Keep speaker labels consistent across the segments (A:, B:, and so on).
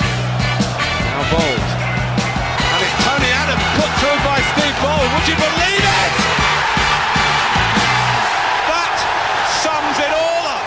A: Now Bold. And it's Tony Adams put through by Steve Bold. Would you believe it? That sums it all up.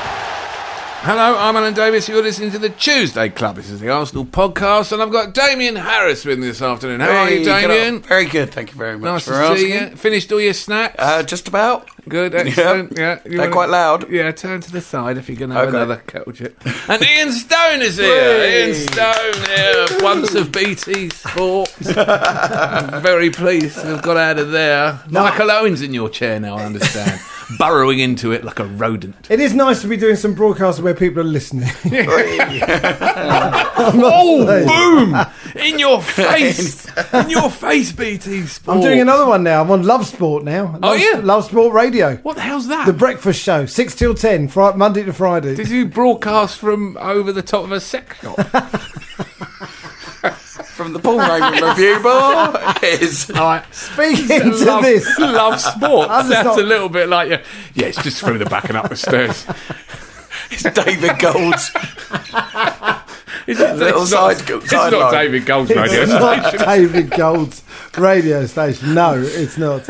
B: Hello, I'm Alan Davis. You're listening to the Tuesday Club. This is the Arsenal podcast, and I've got Damien Harris with me this afternoon. How are you,
C: Hey, good
B: Damien?
C: old- Very good, thank you very much
B: Nice
C: for
B: to
C: asking.
B: see you. Finished all your snacks?
C: Uh, just about.
B: Good,
C: Yeah.
B: excellent. Yeah, you
C: They're
B: wanna-
C: quite loud.
B: Yeah, turn to the side if you're going to have
C: Okay.
B: another kettle chip. And Ian Stone is here.
C: Whey.
B: Ian Stone here, once of BT Sport. I'm very pleased to have got out of there. Michael Owen's in your chair now, I understand, burrowing into it like a rodent.
D: It is nice to be doing some broadcasting where people are listening.
B: Oh, boom! In your face! In your face, BT Sport.
D: I'm doing another one now. I'm on Love Sport now. Love,
B: Oh, yeah.
D: Love Sport Radio.
B: What the hell's that?
D: The breakfast show, 6 till 10, Friday, Monday to Friday.
B: Did you broadcast from over the top of a sex shop?
C: From the Paul Raymond Review Bar is
B: All right.
D: Speaking to
B: love,
D: this,
B: love sports.
D: I'm just
B: That's
D: not-
B: a little bit like you. Yeah, it's just through the back and up the stairs.
C: David Gold's
B: Is it,
C: little
B: it's
C: side
B: not, it's not
C: sideline.
B: David Gold's radio.
D: it's
B: station.
D: not David Gold's radio station. No, it's not.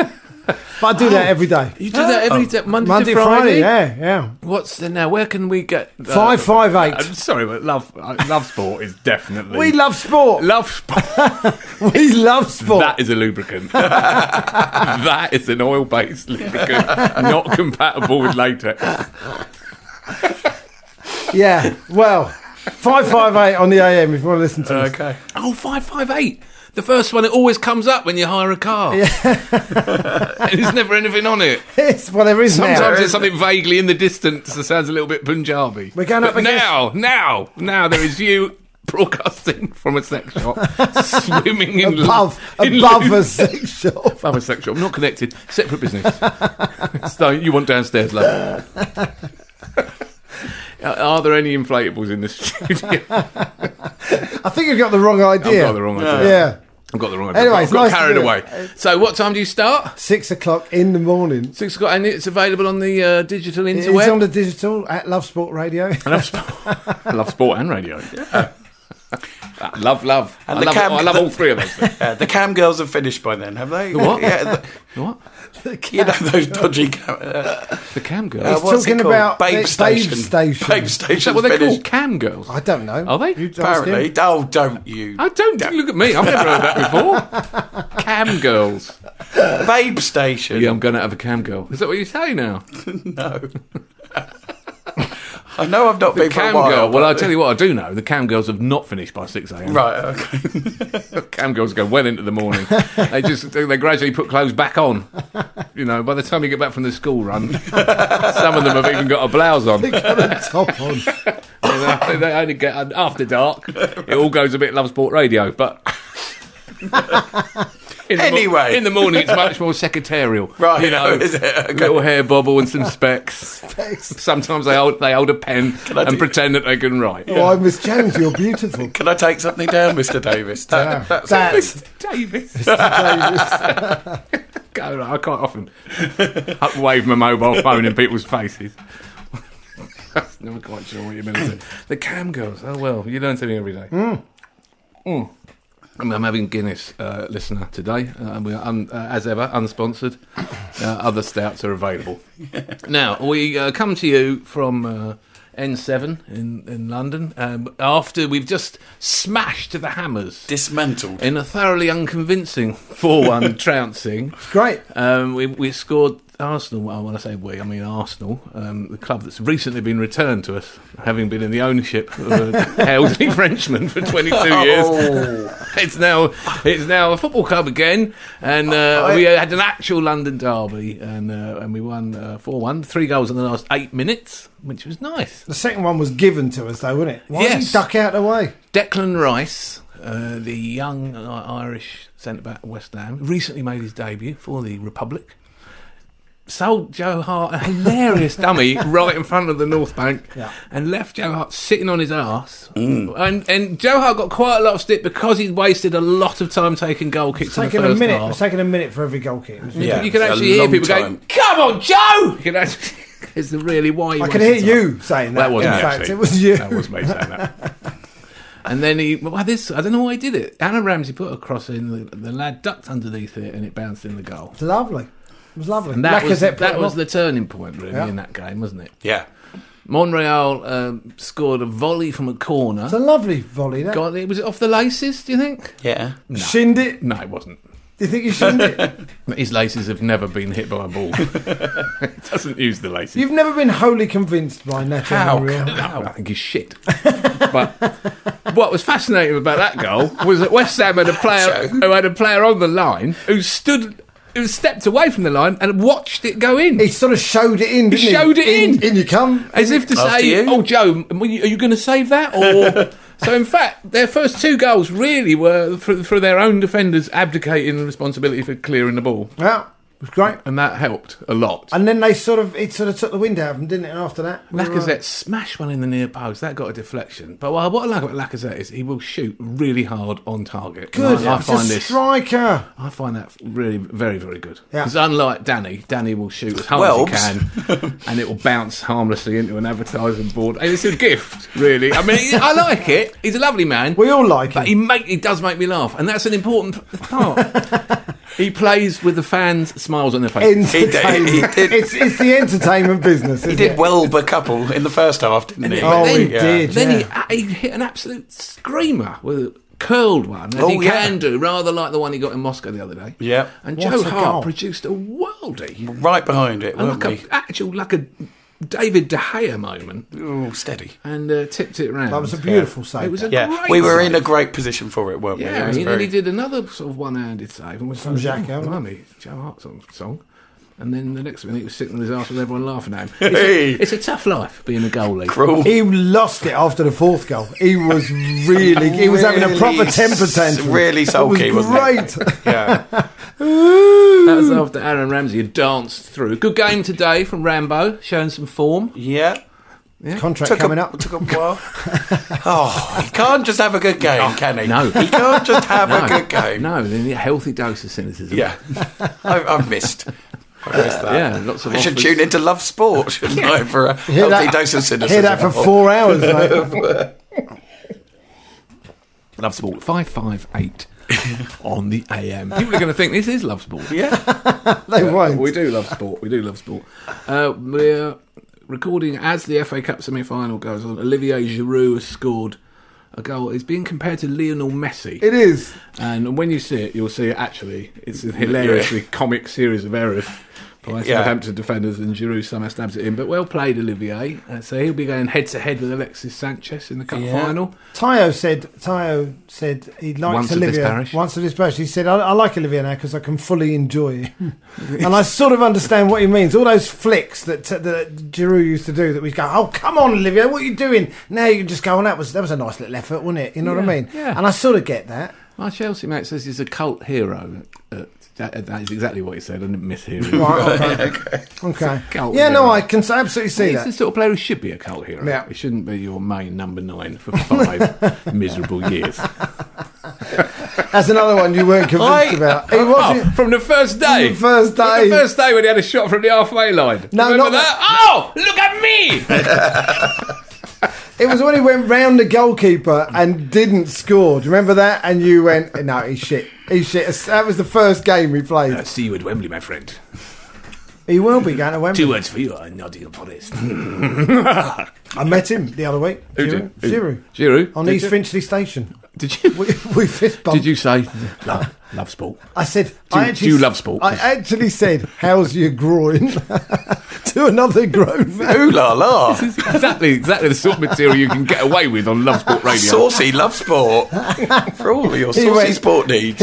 D: But I do that every day.
B: Oh. You do that every day, Monday,
D: Oh, Monday,
B: to Friday.
D: Friday, yeah, yeah.
B: What's the now? Where can we get uh,
D: 558.
B: I'm sorry, but love uh, love sport is definitely
D: we love sport.
B: love sport.
D: we love sport.
B: That is a lubricant. that is an oil-based lubricant, not compatible with latex.
D: yeah, well, 558 on the AM if you want to listen to us.
C: okay.
B: Oh, 558. The first one, it always comes up when you hire a car. There's never anything on it.
D: It's whatever is now.
B: Sometimes there's something vaguely in the distance that sounds a little bit Punjabi.
D: We're going
B: but
D: up against-
B: now, now, now there is you broadcasting from a sex shop, swimming in
D: above,
B: lo- in
D: above
B: loo-
D: a sex shop.
B: Above a sex shop, not connected, separate business. so you want downstairs, love. Are- Are there any inflatables in the studio?
D: I think you've got the wrong idea.
B: I've got the wrong idea.
D: Yeah.
B: I've got the wrong idea.
D: Anyway,
B: I've
D: it's
B: got
D: nice to
B: carried
D: do it.
B: away. So, what time do you start?
D: Six o'clock in the morning.
B: Six o'clock, and it's available on the uh, digital
D: It's
B: interweb.
D: on the digital at Love Sport Radio.
B: I love sport. I love sport and radio. Ah, love, love. I
C: the
B: love,
C: cam-
B: I love
C: the-
B: all three of those. Things.
C: Yeah, Uh, the cam girls have finished by then, have they?
B: what?
C: Yeah, the,
B: what?
C: you know those dodgy cam. Uh,
B: The cam girls.
C: uh, what's it
D: talking
C: called?
D: about the-
C: Babe
D: Babe
C: Station.
D: Station.
C: Babe
B: Is that
C: Station.
B: what they're called?
C: finished.
B: Cam girls.
D: I don't know.
B: Are they?
D: You'd ask him.
C: Apparently, oh, don't you?
B: I don't look at me. I've never heard that before. Cam girls.
C: Babe Station.
B: Yeah, I'm going to have a cam girl. Is that what you say now?
C: No. I know I've not been for
B: Cam
C: a while.
B: girl. Well,
C: but-
B: I'll tell you what I do know. The cam girls have not finished by six a.m.
C: Right. Okay.
B: Cam girls go well into the morning. they just they gradually put clothes back on. You know, by the time you get back from the school run, some of them have even got a blouse on.
D: They've got a top on.
B: they they only get and after dark. It all goes a bit love sport radio, but. In the mor-
C: Anyway.
B: in the morning it's much more secretarial,
C: Right,
B: You know,
C: is it? Okay.
B: little hair bobble and some specs.
D: Specs.
B: Sometimes they hold they hold a pen
C: I
B: and
C: do-
B: pretend that they can write.
D: Oh, I'm Miss Jones. You're beautiful.
C: Can I take something down, Mr. Davis?
D: Yeah.
C: That, that's
D: That's-
B: Davis, Go, I quite often wave my mobile phone in people's faces. Never quite sure what you meant. to do. The cam girls. Oh well, you learn something every day. Mm. I'm- I'm having Guinness, uh, listener, today. Uh, and we are, un, uh, as ever, unsponsored. Uh, other stouts are available. Now, we uh, come to you from uh, N7 in, in London um, after we've just smashed to the hammers
C: dismantled.
B: in a thoroughly unconvincing 4 1 trouncing.
D: Great.
B: Um, we, we scored Arsenal, I want to say we, I mean Arsenal, um, the club that's recently been returned to us, having been in the ownership of a healthy Frenchman for 22 years.
C: Oh,
B: It's now it's now a football club again, and uh,
C: I-
B: we had an actual London derby, and uh, and we won four one, three goals in the last eight minutes, which was nice.
D: The second one was given to us, though, wasn't it? Why did
B: Yes.
D: you duck out of the way?
B: Declan Rice, uh, the young I- Irish centre back at West Ham, recently made his debut for the Republic. Sold Joe Hart a hilarious dummy right in front of the North Bank
D: Yeah. Mm.
B: and left Joe Hart sitting on his arse. And, and Joe Hart got quite a lot of stick because he'd wasted a lot of time taking goal kicks
D: It's
B: in the
D: taking
B: first
D: a minute.
B: half.
D: It's taking a minute for every goal kick. It was
C: yeah.
B: you can
C: it's a
B: actually hear
C: long
B: people
C: time.
B: going, "Come on, Joe!" You can actually, it's the really why. he
D: I could hear
B: wasted time.
D: you saying that.
B: That wasn't
D: in
B: me,
D: fact,
B: actually.
D: it was you.
B: That was me saying that. And then he, well, this, I don't know why he did it. Aaron Ramsey put a cross in, the, the lad ducked underneath it, and it bounced in the goal.
D: It's lovely. It was lovely.
B: And that was,
D: Lacazette put
B: that
D: him
B: was
D: on.
B: the turning point, really,
D: Yeah.
B: in that game, wasn't it?
C: Yeah.
B: Monreal um, scored a volley from a corner.
D: It's a lovely volley. That.
B: Got it, was it off the laces, do you think?
C: Yeah.
D: Shinned it.
B: No, it wasn't.
D: Do you think you shinned it?
B: His laces have never been hit by a ball. Doesn't use the laces.
D: You've never been wholly convinced by Nacho
C: How
D: Monreal.
C: can-
B: No, I think he's shit. but what was fascinating about that goal was that West Ham had a player who had a player on the line who stood, who stepped away from the line and watched it go in.
D: He sort of showed it in. Didn't he
B: showed it in.
D: In you come.
B: as if to
C: After
B: say,
C: you.
B: "Oh, Joe, are you, going to save that?" Or so. In fact, their first two goals really were through, through their own defenders abdicating the responsibility for clearing the ball,
D: Well, it was great.
B: and that helped a lot.
D: And then they sort of it sort of took the wind out of them, didn't it? And after that, we were-
B: Lacazette smashed one in the near post. That got a deflection. But what I what I like about Lacazette is he will shoot really hard on target.
D: good.
B: And I, I
D: It's a
B: find this.
D: striker.
B: I find that really very very good.
D: Yeah.
B: Because unlike Danny, Danny will shoot as hard as he can, and it will bounce harmlessly into an advertising board. And it's a gift, really. I mean, I like it. He's a lovely man.
D: We all like
B: But
D: him.
B: he make he does make me laugh, and that's an important p- part. he plays with the fans, smiles on their faces.
D: Entertainment.
C: He did- he did-
D: It's it's the entertainment business.
C: He
D: isn't
C: did
D: it?
C: well but couple in the first half, didn't he?
D: Oh,
B: But
D: he
C: Yeah.
D: did.
B: Then
D: yeah.
B: he, he hit an absolute screamer with a curled one, as
C: Oh,
B: he
C: yeah.
B: can do, rather like the one he got in Moscow the other day.
C: Yeah.
B: And
D: What
B: Joe
D: a
B: Hart
D: goal.
B: produced a worldie,
C: Right behind it,
B: and
C: weren't
B: like
C: we?
B: a actual like a David De Gea moment,
C: Oh, steady.
B: and uh, tipped it round.
D: That was a beautiful save.
B: It was a
D: that.
C: Yeah,
B: great
C: we were in a
B: save.
C: great position for it, weren't we?
B: Yeah,
C: It was
B: and then he
C: very-
B: did another sort of one-handed save and was
D: From Xhaka,
B: oh,
D: wasn't it?
B: blimey, Joe Hart's song, song. And then the next minute he was sitting on his ass with everyone laughing at him. It's,
C: Hey.
B: a, it's a tough life being a goalie.
C: Cruel.
D: He lost it after the fourth goal. He was really, he was having a proper
C: Really
D: temper
C: s-
D: tantrum.
C: Really sulky,
D: it was
C: not
D: great.
C: it? yeah.
B: That was after Aaron Ramsey had danced through. Good game today from Rambo, showing some form.
C: Yeah.
D: Contract
C: Took
D: coming
C: a,
D: up.
C: Took a while. oh, he can't just have a good game, can he?
B: No.
C: He can't just have a good game.
B: No, they need a healthy dose of cynicism.
C: Yeah. I, I've missed. I've missed that.
B: Yeah, lots of
C: I should
B: offers.
C: tune into Love Sport, shouldn't I, for a
D: Hear
C: healthy
D: that-
C: dose of cynicism.
D: Hear that for four hours, mate.
B: Love Sport 558 on the AM. People are going to think this is Love Sport.
C: Yeah.
D: They won't.
B: We do love sport. We do love sport. Uh, we're recording as the FA Cup semi-final goes on. Olivier Giroud has scored a goal. It's being compared to Lionel Messi,
D: It is.
B: and when you see it, you'll see it. Actually, it's a hilariously comic series of errors by
C: Yeah.
B: Southampton defenders, and Giroud somehow stabs it in. But well played, Olivier. Uh, so he'll be going head-to-head with Alexis Sanchez in the cup
C: Yeah.
B: final.
D: Tayo said. Tayo said he likes
B: Once of this
D: Olivia.
B: parish.
D: Once of this parish, he said, "I, I like Olivia now because I can fully enjoy it," and I sort of understand what he means. All those flicks that that Giroud used to do, that we go, "Oh, come on, Olivia, what are you doing?" Now you can just go, "Oh, that was that was a nice little effort, wasn't it?" You know what
B: Yeah,
D: I mean?
B: yeah.
D: And I sort of get that.
B: My Chelsea mate says he's a cult hero. Uh, that, that is exactly what he said. I didn't miss hearing.
D: Right, okay. okay.
B: cult
D: Yeah, no,
B: hero.
D: I can s- absolutely see
B: He's
D: that.
B: the sort of player who should be a cult hero.
D: Yeah.
B: It shouldn't be your main number nine for five miserable years.
D: That's another one you weren't convinced about. He
B: Oh,
D: wasn't.
B: from the first day.
D: From the first
B: From
D: day.
B: the first day when he had a shot from the halfway line.
D: No,
B: Remember
D: not
B: that? Oh, look at me!
D: It was when he went round the goalkeeper and didn't score. Do you remember that? And you went, no, he's shit. He's shit. That was the first game we
B: I
D: played.
B: see you at Wembley, my friend.
D: He will be going to Wembley.
B: Two words for you are nodding forest.
D: I met him the other week.
B: Who
D: Giroud.
B: did? Who?
D: Giroud.
B: Giroud.
D: On
B: Did
D: East
B: you?
D: Finchley Station.
B: Did you?
D: We, we fist bumped.
B: Did you say love, love sport?
D: I said,
B: Do-
D: I actually,
B: do you love sport?
D: I actually said, how's your groin? to another grown man.
C: Ooh la la.
B: exactly, exactly the sort of material you can get away with on Love Sport Radio.
C: Saucy love sport. For all your saucy
D: went-
C: sport needs.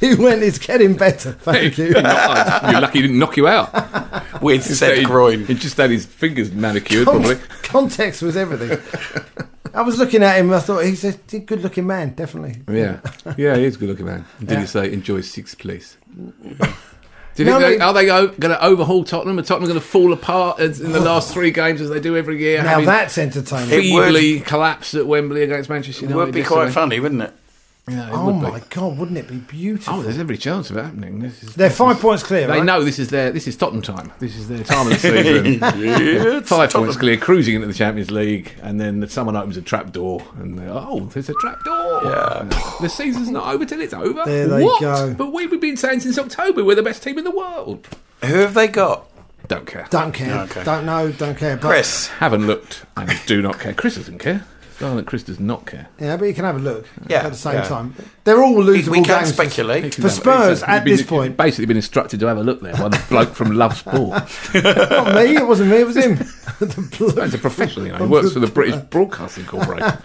D: He went, it's getting better. Thank you.
B: Not us. You're lucky he didn't knock you out.
C: with said
B: he,
C: groin.
B: He just had his fingers manicured,
D: Con-
B: probably.
D: Context was everything. I was looking at him. I thought he's a good looking man, definitely.
B: Yeah, yeah, he is a good-looking man. Did
D: Yeah.
B: he say enjoy sixth place? Do you
D: No,
B: think they,
D: no.
B: are they going to overhaul Tottenham? Are Tottenham going to fall apart as, in the last three games as they do every year?
D: Now
B: having
D: that's entertaining.
C: It would-
B: feebly collapse at Wembley against Manchester
C: It
B: United.
C: would be
B: yesterday.
C: quite funny, wouldn't it?
B: Yeah, it
D: oh
B: would be.
D: my god, wouldn't it be beautiful?
B: Oh, there's every chance of it happening. This is,
D: They're five points clear.
B: They
D: right?
B: know this is their this is Tottenham time. This is their time of the season. Five points clear, cruising into the Champions League, and then someone opens a trap door, and they're, oh, there's a trap door. The season's not over till it's over.
D: There they
B: what?
D: go.
B: But we've been saying since October we're the best team in the world.
C: Who have they got?
B: Don't care.
D: Don't care.
C: okay.
D: Don't know. Don't care. But,
C: Chris.
B: Haven't looked and do not care. Chris doesn't care. Silent Chris does not care.
D: Yeah, but you can have a look.
C: Yeah,
D: At the same
C: yeah.
D: time, they're all losable
C: We can't
D: games.
C: speculate.
D: For Spurs, at
B: He's
D: this
B: been-
D: point,
B: basically been instructed to have a look there by the bloke from Love Sport.
D: not me. It wasn't me. It was him. the bloke.
B: He's a professional, you know. He works for the British Broadcasting Corporation.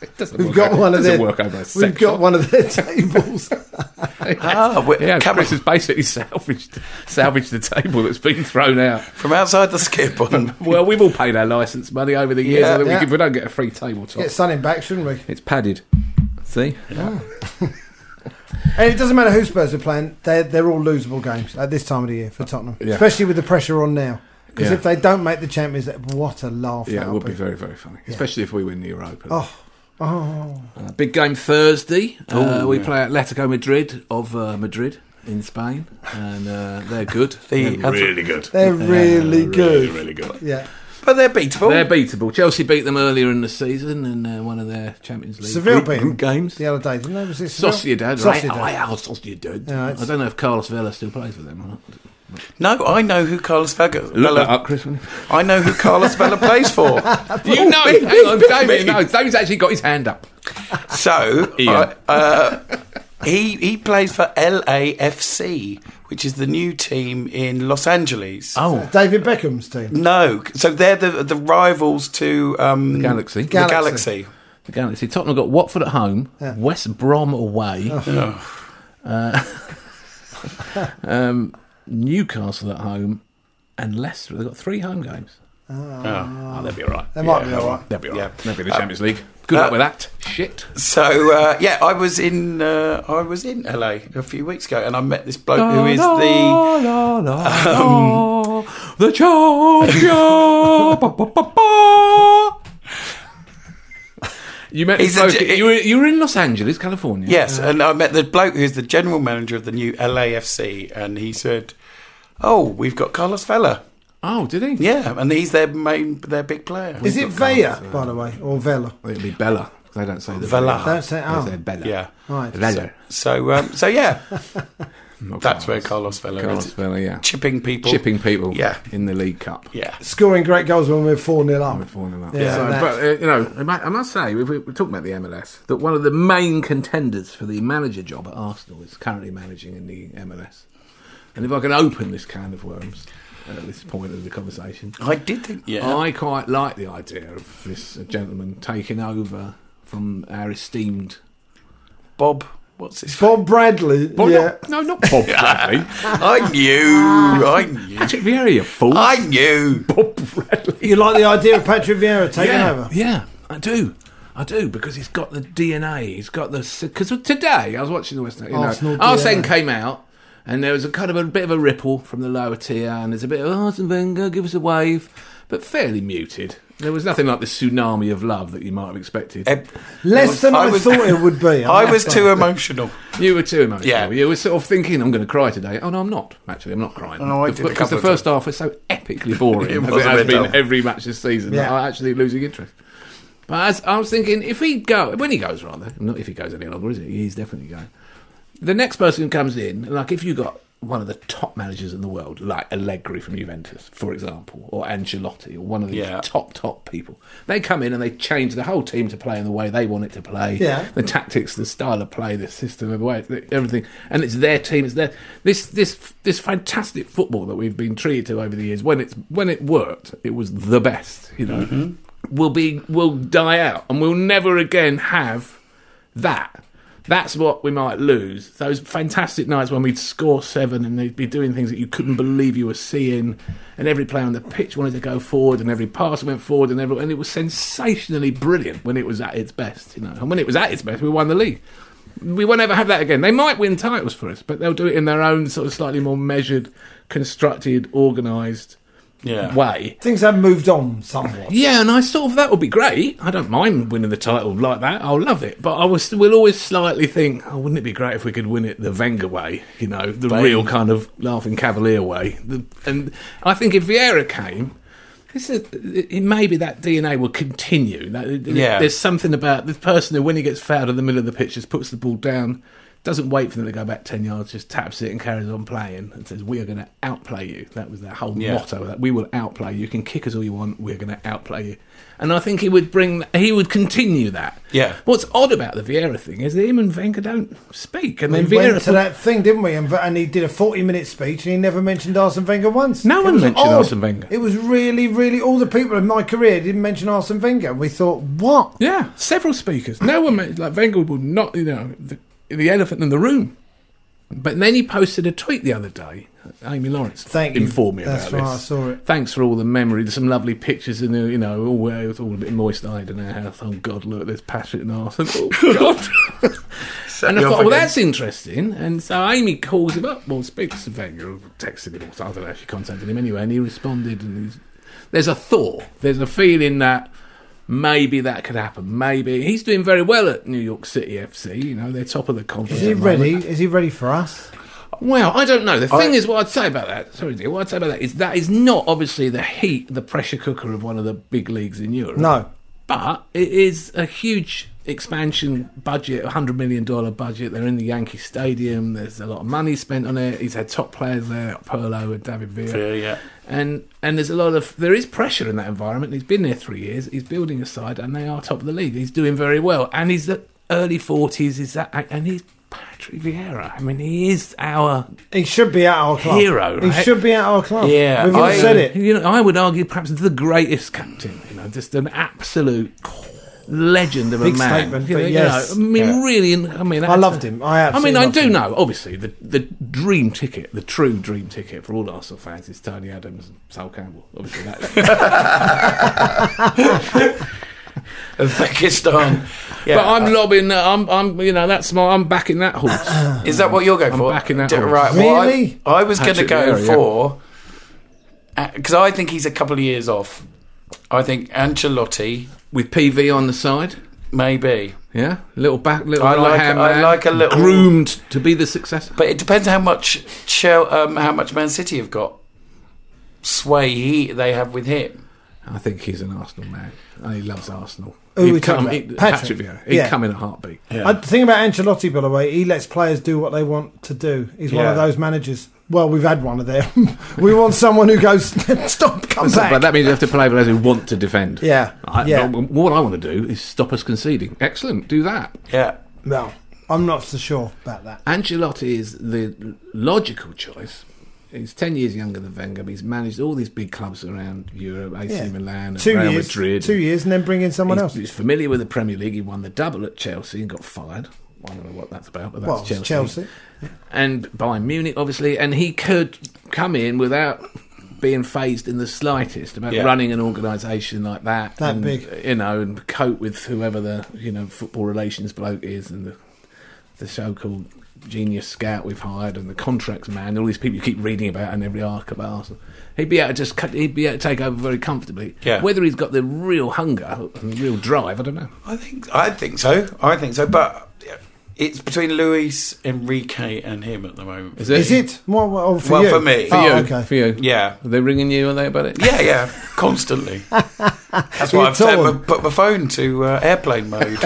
B: It doesn't
D: We've
B: work
D: got
B: over-
D: one of
B: doesn't
D: their.
B: work over a
D: we've
B: sex
D: got
B: shop.
D: one of their tables.
C: Ah, we-
B: Yeah,
C: come
B: Chris
C: on.
B: has basically salvaged salvaged the table that's been thrown out.
C: from outside the skip on.
B: Well, we've all paid our license money over the years.
C: Yeah,
B: I think we
D: yeah.
B: can- we don't get a free tabletop.
D: Get something back, shouldn't we?
B: It's padded. See?
D: And it doesn't matter who Spurs are playing; they're they're all losable games at this time of the year for Tottenham,
B: Yeah.
D: especially with the pressure on now. Because
B: Yeah.
D: if they don't make the Champions, League, what a laugh!
B: Yeah, it
D: that'll
B: would be very, very funny, especially if we win the Europa.
D: Oh, oh,
B: Uh, big game Thursday. Uh, we play Atletico Madrid of uh, Madrid in Spain, and uh, they're good.
C: The
B: they're,
C: other-
E: good.
D: they're really good.
E: really good.
D: Yeah,
C: but they're beatable.
B: they're beatable. Chelsea beat them earlier in the season in uh, one of their Champions League
D: Seville
B: group,
D: beat
B: group
D: them.
B: games.
D: the other day, didn't they? Was it Seville?
B: Sociedad, right?
D: Sociedad.
B: Oh, yeah, Sociedad.
D: Yeah, it's-
B: I don't know if Carlos Vela still plays for them or not.
C: no, I know who Carlos Vega. Vela-
B: up, Chris. You
C: I know who Carlos Vela plays for.
B: know,
C: big,
B: hang on,
C: big,
B: David
C: big.
B: knows. David's actually got his hand up.
C: So
B: Ian.
C: I- uh, he he plays for LAFC, which is the new team in Los Angeles.
B: Oh,
D: Uh, David Beckham's team.
C: No, so they're the the rivals to um,
B: Galaxy.
C: The
D: Galaxy.
C: Galaxy.
B: The Galaxy. Tottenham got Watford at home, West Brom away,
D: Oh.
B: Uh, um, Newcastle at home, and Leicester. They've got three home games. Oh, they'll be all right.
D: Ah. They might be all right.
B: They'll be all
C: Yeah.
B: right. They'll be in the Champions League. Uh, Good luck with that. Shit.
C: So uh, yeah, I was in uh, I was in LA a few weeks ago, and I met this bloke who is the um,
B: La, la, la, la, the champion. Ba, ba, ba, ba. You met
C: He's
B: this
C: a
B: bloke-
C: ge-
B: you, were, you were in Los Angeles, California.
C: Yes, and I met the bloke who's the general manager of the new LAFC, and he said, "Oh, we've got Carlos Vela,
B: Oh, did he?
C: yeah, and he's their main, their big player."
D: Is it Vea, by the way, or Vela?
B: It'd be Bella. 'cause They don't say the
C: Vela.
D: Don't say
B: They
D: oh.
B: say Bella.
C: Yeah,
D: Right.
B: Vela.
C: so um, so yeah,
B: Not
C: that's
B: Carlos.
C: where Carlos Vela
B: Carlos
C: is,
B: Vela, yeah.
C: chipping people,
B: Chipping people
C: Yeah.
B: in the League Cup.
C: yeah.
D: Scoring great goals when we're 4 0 up.
B: Before and after.
D: Yeah,
B: So,
D: that-
B: but uh, you know, I mu- I must say, if we- we're talking about the MLS, that one of the main contenders for the manager job at Arsenal is currently managing in the MLS. And if I can open this can of worms at this point of the conversation,
C: I did think, uh, yeah,
B: I quite like the idea of this gentleman taking over from our esteemed
C: Bob, what's his?
D: Bob Bradley.
B: Well,
D: yeah.
B: not- no, not Bob Bradley.
C: I knew, I knew,
B: Patrick Vieira, you fool.
C: I knew.
B: Bob Bradley.
D: You like the idea of Patrick Vieira taking
B: yeah,
D: over?
B: Yeah, I do. I do because he's got the DNA. He's got the because today I was watching the West. You
D: Arsenal
B: know, Arsene
D: DNA.
B: came out, and there was a kind of a bit of a ripple from the lower tier, and there's a bit of "Oh, Arsene Wenger, give us a wave, but fairly muted. There was nothing like the tsunami of love that you might have expected.
C: Em-
D: Less than I,
C: I was-
D: thought it would be.
C: I was too emotional.
B: You were too emotional.
C: Yeah.
B: You were sort of thinking, I'm going to cry today. Oh, no, I'm not. Actually, I'm not crying.
C: No, I did a
B: Because the
C: couple of
B: first half was so epically boring.
C: It
B: as
C: was
B: it
C: a bit
B: has been
C: dull.
B: every match this season. that
D: Yeah.
B: I'm actually losing interest. But as I was thinking, if he go, when he goes, rather, not if he goes any longer, is it? He's definitely going. The next person who comes in, like if you got one of the top managers in the world, like Allegri from Juventus, for example, or Ancelotti, or one of these
C: Yeah.
B: top top people, they come in and they change the whole team to play in the way they want it to play.
D: Yeah.
B: the tactics, the style of play, the system of way, everything, and it's their team. It's their this this this fantastic football that we've been treated to over the years. When it's when it worked, it was the best. You know, will be will die out, and we'll never again have that. That's what we might lose. Those fantastic nights when we'd score seven and they'd be doing things that you couldn't believe you were seeing, and every player on the pitch wanted to go forward, and every pass went forward, and every, and it was sensationally brilliant when it was at its best, you know. And when it was at its best, we won the league. We won't ever have that again. They might win titles for us, but they'll do it in their own sort of slightly more measured, constructed, organised
C: Yeah.
B: way.
D: Things have moved on somewhat.
B: Yeah, and I sort of that would be great. I don't mind winning the title like that. I'll love it, but I was will always slightly think, oh, wouldn't it be great if we could win it the Wenger way? You know, the real kind of laughing cavalier way. The, and I think if Vieira came, this is it, maybe that DNA will continue. That,
C: Yeah.
B: there's something about the person who, when he gets fouled in the middle of the pitch, just puts the ball down. Doesn't wait for them to go back ten yards, just taps it and carries on playing, and says, "We are going to outplay you." That was their whole
C: Yeah.
B: motto motto that we will outplay you. You can kick us all you want. We're going to outplay you. And I think he would bring, he would continue that.
C: Yeah.
B: What's odd about the Vieira thing is that him and Wenger don't speak, and
D: We
B: then
D: went
B: Vieira.
D: to that thing, didn't we? And, and he did a 40 minute speech and he never mentioned Arsene Wenger once.
B: No
D: It
B: one
D: was
B: mentioned
D: odd.
B: Arsene Wenger.
D: It was really, really. All the people in my career didn't mention Arsene Wenger. We thought, what?
B: yeah, several speakers. No one made, like Wenger would not, you know, the, the elephant in the room. But then he posted a tweet the other day. Amy Lawrence
D: Thank you.
B: informed me
D: That's
B: about
D: right,
B: this.
D: I saw it.
B: Thanks for all the memory. There's some lovely pictures in there, you know, all where it was all a bit moist-eyed in our house. Oh God, look, there's Patrick and Arsenal. Oh God. and I
C: me off
B: thought, well,
C: again.
B: that's interesting. And so Amy calls him up, well, speaks to Wenger, or texted him, or something. I don't know if she contacted him anyway, and he responded. And he's, there's a thaw. There's a feeling that maybe that could happen. Maybe he's doing very well at New York City FC. You know, they're top of the
D: Is
B: conference.
D: he
B: at the moment.
D: ready? Is he ready for us?
B: Well, I don't know. The thing is, what I'd say about that, sorry, dear, what I'd say about that is that is not obviously the heat, the pressure cooker of one of the big leagues in Europe.
D: No.
B: But it is a huge expansion budget, $100 million budget. They're in the Yankee Stadium. There's a lot of money spent on it. He's had top players there, like Perlo and David Villa
C: Yeah, yeah.
B: and and there's a lot of there is pressure in that environment. He's been there three years. He's building a side, and they are top of the league. He's doing very well, and he's the early forties. Is that and he's Patrick Vieira. I mean, he is our
D: He should be at our club.
B: Hero,
D: He
B: right?
D: should be at our club.
C: Yeah,
D: We've all
C: I-
D: Oh, said it.
B: You know, I would argue perhaps the greatest captain. You know, just an absolute legend of
D: Big
B: a man.
D: statement,
B: you know,
D: but
B: you know,
D: yes.
B: I mean,
C: Yeah.
B: really. I mean,
D: I loved him. I
B: I mean,
D: absolutely
B: I
D: loved
B: do
D: him.
B: know. Obviously, the the dream ticket, the true dream ticket for all Arsenal fans is Tony Adams and Sal Campbell. Obviously, that.
C: Uzbekistan. Yeah.
B: but I'm lobbing. that- I'm, I'm, you know, that's my. I'm backing that horse.
C: Is that what you're going
B: I'm
C: for?
B: backing that
C: D-
B: horse.
C: Right. well, I-
D: Really?
C: I, was going to
B: Patrick
C: go
B: Vieira, yeah.
C: for because I think he's a couple of years off. I think Ancelotti
B: With PV on the side,
C: maybe,
B: yeah, little back, little
C: I
B: right
C: like-
B: hand
C: I
B: man,
C: like a little-
B: groomed to be the successor.
C: but it depends how much Chel- um, how much Man City have got sway he, they have with him.
B: I think he's an Arsenal man. and He loves Arsenal.
D: Who
B: He'd
D: we talking
B: come-
D: about?
B: he'd- Patrick,
D: Patrick?
B: Vieira. He'd
D: Yeah.
B: come in a heartbeat.
D: I, the thing about Ancelotti, by the way, he lets players do what they want to do. He's one of
C: Yeah.
D: those managers. Well, we've had one of them. we want someone who goes, stop, come back.
B: But that means you have to play players who want to defend.
D: Yeah,
B: I,
D: yeah.
B: What I want to do is stop us conceding. Excellent. Do that.
C: Yeah.
D: no, I'm not so sure about that.
B: Ancelotti is the logical choice. He's ten years younger than Wenger, but he's managed all these big clubs around Europe, AC
D: Yeah.
B: Milan, and
D: Two
B: Real
D: years,
B: Madrid.
D: two years, and then bring in someone
B: he's,
D: else.
B: he's familiar with the Premier League. He won the double at Chelsea and got fired. I don't know what that's about, but that's
D: Well, it's
B: Chelsea.
D: Chelsea.
B: and Bayern Munich, obviously. And he could come in without being phased in the slightest about
C: Yeah.
B: running an organisation like that.
D: That
B: and,
D: big.
B: you know, and cope with whoever the you know football relations bloke is and the the so-called genius scout we've hired and the contracts man, all these people you keep reading about in every arc about Arsenal. He'd be able to just cut, he'd be able to take over very comfortably.
C: Yeah.
B: Whether he's got the real hunger and real drive, I don't know.
C: I think I think so. I think so. But it's between Luis Enrique and him at the moment.
B: it?
D: Is it? Well, well, for
C: Well,
D: you.
C: for me.
D: Oh,
B: For you,
D: okay.
B: for you.
C: Yeah.
B: Are they ringing you? Are they about it?
C: Yeah, yeah. constantly. That's why I've turned my, put my phone to uh, airplane mode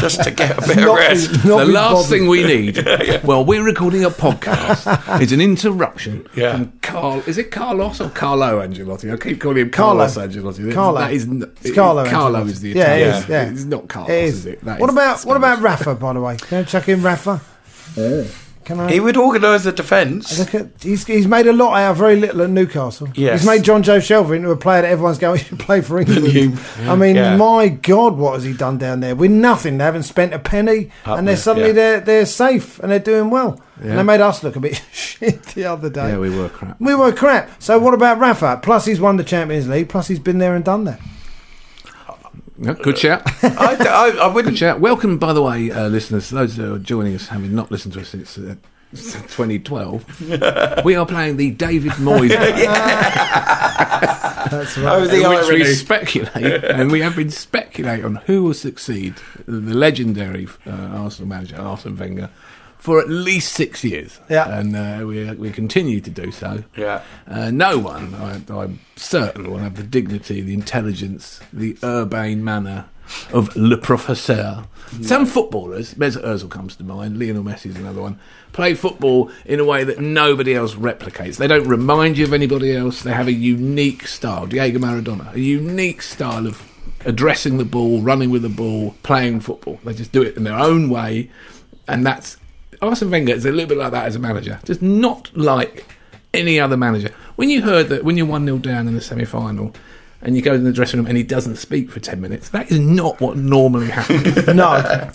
C: just to get a bit of rest.
D: Not
B: the
D: be
B: last
D: bothered.
B: thing we need while we're recording a podcast is an interruption
C: Yeah.
B: from Carl. Is it Carlos or Carlo Angelotti? I keep calling him Carlos
D: Carlo.
B: Angelotti. That-
D: Carlo.
B: That is n-
D: It's Carlo
B: Carlo
D: Angelotti.
B: is the
D: Yeah, it
B: Italian.
D: is, yeah.
B: It's not Carlos,
D: It
B: is.
D: is.
B: it? That
D: what
B: is
D: about what
B: Spanish.
D: about Rafa? By the way, can I chuck in Rafa? Can I?
C: He would organise the defence.
D: Look at, he's, he's made a lot out of very little at Newcastle.
C: Yes.
D: He's made John Joe Shelby into a player that everyone's going to play for England.
C: you-
D: I mean,
C: Yeah.
D: my God, what has he done down there? We're nothing. They haven't spent a penny, and they're
C: there,
D: suddenly
C: yeah.
D: they're they're safe and they're doing well.
B: Yeah.
D: And they made us look a bit shit the other day.
B: Yeah, we were crap.
D: we were crap. So what about Rafa? Plus he's won the Champions League. Plus he's been there and done that.
B: No, good shout.
C: I, d- I- I
B: Good
C: wouldn't.
B: shout. Welcome, by the way, uh, listeners. Those who are joining us, having not listened to us since uh, 2012, we are playing the David Moyes.
D: That's
C: Oh,
D: right.
C: the
B: in which we
C: irony.
B: speculate, and we have been speculating on who will succeed the legendary uh, Arsenal manager Arsene Wenger for at least six years.
D: Yeah.
B: and uh, we we continue to do so.
C: Yeah.
B: Uh, no one, I, I'm certain, will have the dignity, the intelligence, the urbane manner of Le Professeur. Some footballers, Mesut Ozil comes to mind, Lionel Messi is another one, play football in a way that nobody else replicates. They don't remind you of anybody else. They have a unique style. Diego Maradona, a unique style of addressing the ball, running with the ball, playing football. They just do it in their own way, and that's Arsene Wenger is a little bit like that as a manager, just not like any other manager. When you heard that when you're one 0 down in the semi final, and you go in the dressing room and he doesn't speak for ten minutes, that is not what normally happens.
D: No.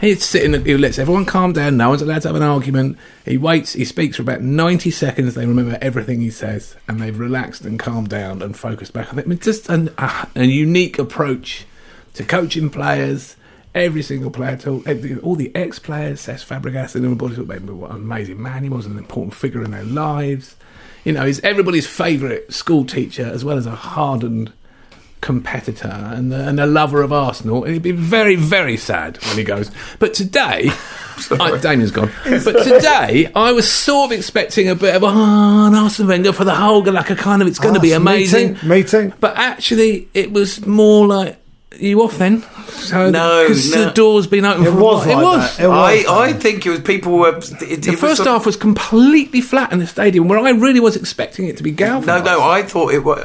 B: He'd sit in the, he lets everyone calm down. No one's allowed to have an argument. He waits. He speaks for about ninety seconds. They remember everything he says, and they've relaxed and calmed down and focused back on it. I mean, just an, uh, a unique approach to coaching players. Every single player, told, every- all the ex-players, Cesc Fabregas, and everybody talked about him, what an amazing man he was, an important figure in their lives. You know, he's everybody's favourite school teacher, as well as a hardened competitor and a, and a lover of Arsenal. It'd be very, very sad when he goes. But today, I, Damien's gone. But today, I was sort of expecting a bit of oh, an Arsene Wenger for the whole like a kind of it's going to
D: Ah,
B: be
D: so me
B: amazing.
D: too, me too.
B: But actually, it was more like. You off then? So
C: No,
B: because
C: no.
B: the door's been open.
D: It
B: for
D: was
B: a while.
D: like
B: it was.
D: that. It was.
C: I, I think it was people were. It,
B: The
C: it
B: first
C: was sort
B: half was completely flat in the stadium, where I really was expecting it to be
C: of-
B: galvanised.
C: No, no. I thought it was.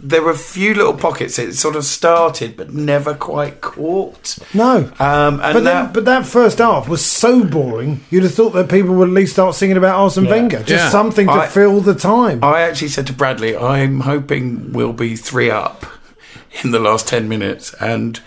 C: There were a few little pockets. It sort of started, but never quite caught.
D: no.
C: Um, and
D: But,
C: that,
D: then, but that first half was so boring. You'd have thought that people would at least start singing about Arsene Wenger, just
B: Yeah.
D: something to
C: I-
D: fill the time.
C: I actually said to Bradley, I'm hoping we'll be three up in the last 10 minutes. And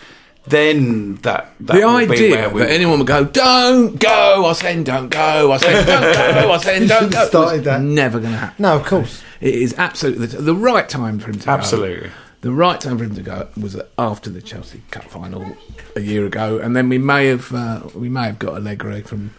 C: then that, that
B: the
C: will be
B: idea
C: where
B: that
C: we
B: anyone would go, don't go, I said, don't go, I said, don't go, I said, don't
D: shouldn't
B: go.
D: have started
B: It's
D: that.
B: Never going to happen.
D: no, of course.
B: It is absolutely the, the right time for him to go.
C: Absolutely.
B: The right time for him to go was after the Chelsea Cup final a year ago, and then we may have uh, we may have got Allegri from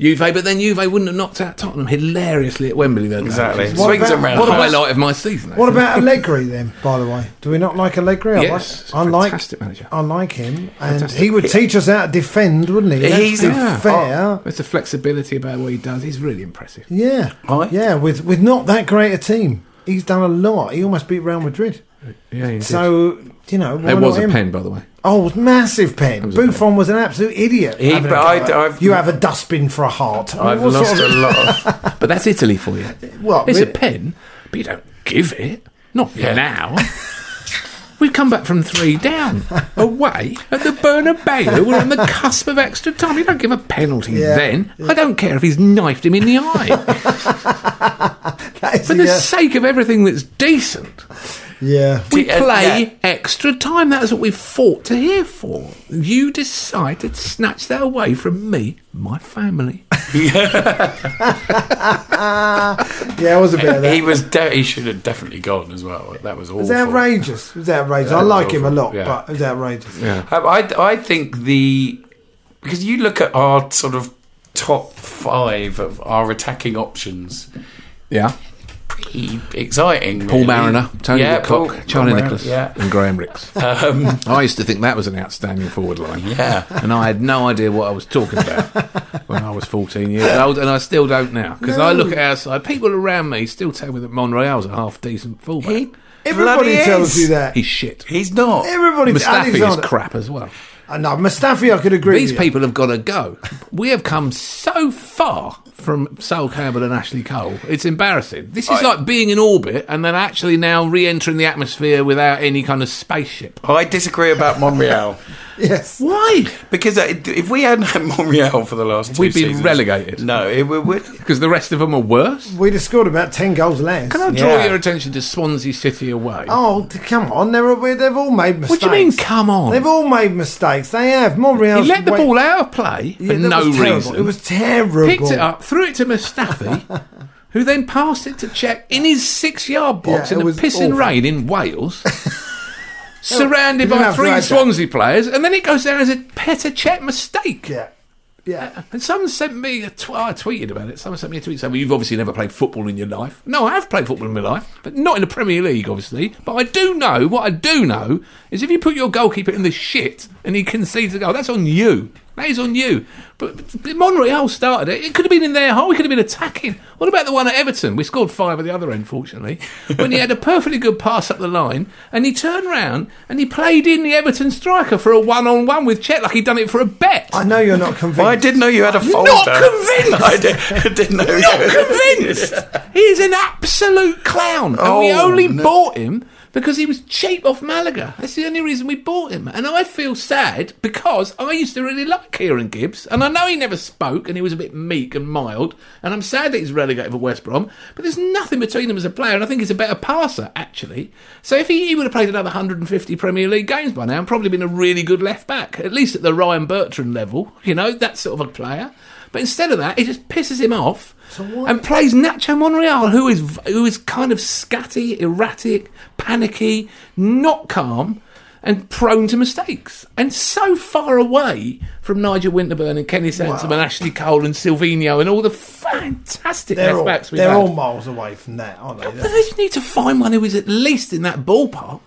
B: Juve, but then Juve wouldn't have knocked out Tottenham hilariously at Wembley. That
C: Exactly.
D: What
C: Swings
D: about-
C: and
B: What a
C: roundabouts.
B: highlight of my season.
D: What
B: actually.
D: about Allegri then? By the way, do we not like Allegri?
B: Yes, he's a
D: I like. I like,
B: fantastic manager.
D: I like him, and
B: Fantastic.
D: he would teach us how to defend, wouldn't he? Let's
C: He's
D: be
C: a- Oh.
D: fair.
B: There's Oh, the flexibility about what he does. He's really impressive.
D: yeah,
C: Right.
D: yeah. With with not that great a team, he's done a lot. He almost beat Real Madrid.
B: Yeah, he
D: So you know, why
B: There was
D: not
B: a
D: him?
B: pen, by the way.
D: Oh, it was massive pen.
B: a pen.
D: Buffon was an absolute idiot.
C: He-
D: having a
C: but
D: go
C: I-
D: at-
C: I've-
D: you have a dustbin for a heart. I mean,
C: I've
D: what sort
C: lost
D: of-
C: a lot. Of,
B: But that's Italy for you.
D: What,
B: It's
D: really?
B: a pen, but you don't give it. Not now. We've come back from three down, away at the Bernabeu. We're on the cusp of extra time. You don't give a penalty
D: Yeah.
B: then. I don't care if he's knifed him in the eye.
D: That is
B: For
D: the,
B: the
D: uh,
B: sake of everything that's decent,
D: yeah.
B: we
C: Yeah,
B: play
C: yeah.
B: extra time. That is what we've fought to here for. You decide to snatch that away from me, my family.
D: Yeah, it was a bit of that.
C: he was. De- he should have definitely gone as well. That was awful.
D: It was outrageous. It was outrageous. I
C: it was
D: like him a
C: awful.
D: lot,
C: Yeah.
D: but it was outrageous.
C: Um, I, I think the because you look at our sort of top five of our attacking options.
B: Yeah.
C: Pretty exciting.
B: Paul
C: really.
B: Mariner, Tony
C: yeah,
B: Woodcock,
C: Paul-
B: Charlie
C: Paul Mariner,
B: Nicholas,
C: Yeah. Um,
B: and Graham Ricks. I used to think that was an outstanding forward line.
C: Yeah.
B: And I had no idea what I was talking about when I was 14 years old, and I still don't now. Because I look at our side, people around me still tell me that Monreal's a half decent fullback.
C: He
D: Everybody
C: Bloody
D: tells
C: is.
D: you that.
B: He's shit.
C: He's not.
D: Everybody,
B: Mustafi is
D: Alexander.
B: crap as well.
D: I know Uh, Mustafi, I could agree.
B: These
D: with you.
B: people have got to go. We have come so far from Sol Campbell and Ashley Cole. It's embarrassing. This is like being in orbit and then actually now re-entering the atmosphere without any kind of spaceship.
C: I disagree about Monreal
D: Yes.
B: Why?
C: because uh, if we hadn't had Monreal for the last, two
B: We'd be
C: seasons-
B: relegated.
C: No, it would. would
B: Because the rest of them are worse.
D: We'd have scored about 10 goals less.
B: Can I draw
C: Yeah.
B: your attention to Swansea City away?
D: Oh, d- come on. They're, they've all made mistakes.
B: what do you mean? Come on!
D: They've all made mistakes. They have. Monreal's
B: he let the
D: way-
B: ball out of play
D: Yeah,
B: for
D: that
B: no
D: was terrible.
B: reason.
D: It was terrible.
B: picked it up, threw it to Mustafi, who then passed it to Czech in his six-yard box
D: Yeah,
B: in
D: it
B: the
D: was
B: pissing
D: awful.
B: rain in Wales, surrounded
D: You didn't
B: by
D: have to
B: three
D: add that.
B: Swansea players, and then it goes down as a Petr Czech mistake.
D: Yeah. Yeah.
B: And someone sent me a tw- I tweeted about it. Someone sent me a tweet saying, "Well, you've obviously never played football in your life." No, I have played football in my life, but not in the Premier League, obviously. But I do know what I do know is if you put your goalkeeper in the shit and he concedes a goal, that's on you. That is on you. But, but Monreal started it. It could have been in their hole. We could have been attacking. What about the one at Everton? We scored five at the other end, fortunately, when he had a perfectly good pass up the line and he turned round and he played in the Everton striker for a one-on-one with Chet like he'd done it for a bet.
D: I know you're not convinced.
C: I didn't know you had a
B: not
C: folder.
B: convinced.
C: I, did, I didn't know. you
B: not convinced. He is an absolute clown, and we
C: Oh,
B: only
C: no.
B: bought him because he was cheap off Malaga. That's the only reason we bought him. And I feel sad because I used to really like Kieran Gibbs, and I know he never spoke, and he was a bit meek and mild. And I'm sad that he's relegated for West Brom, but there's nothing between them as a player, and I think he's a better passer actually. So if he, he would have played another 150 Premier League games by now, and probably been a really good left back, at least at the Ryan Bertrand level, you know, that sort of a player. But instead of that, it just pisses him off and plays Nacho Monreal, who is who is kind of scatty, erratic, panicky, not calm, and prone to mistakes. And so far away from Nigel Winterburn and Kenny Sansom and Ashley Cole and Silvino and all the fantastic
D: They're,
B: left
D: all,
B: backs we
D: they're
B: had.
D: all miles away from that, aren't they?
B: But they just need to find one who is at least in that ballpark.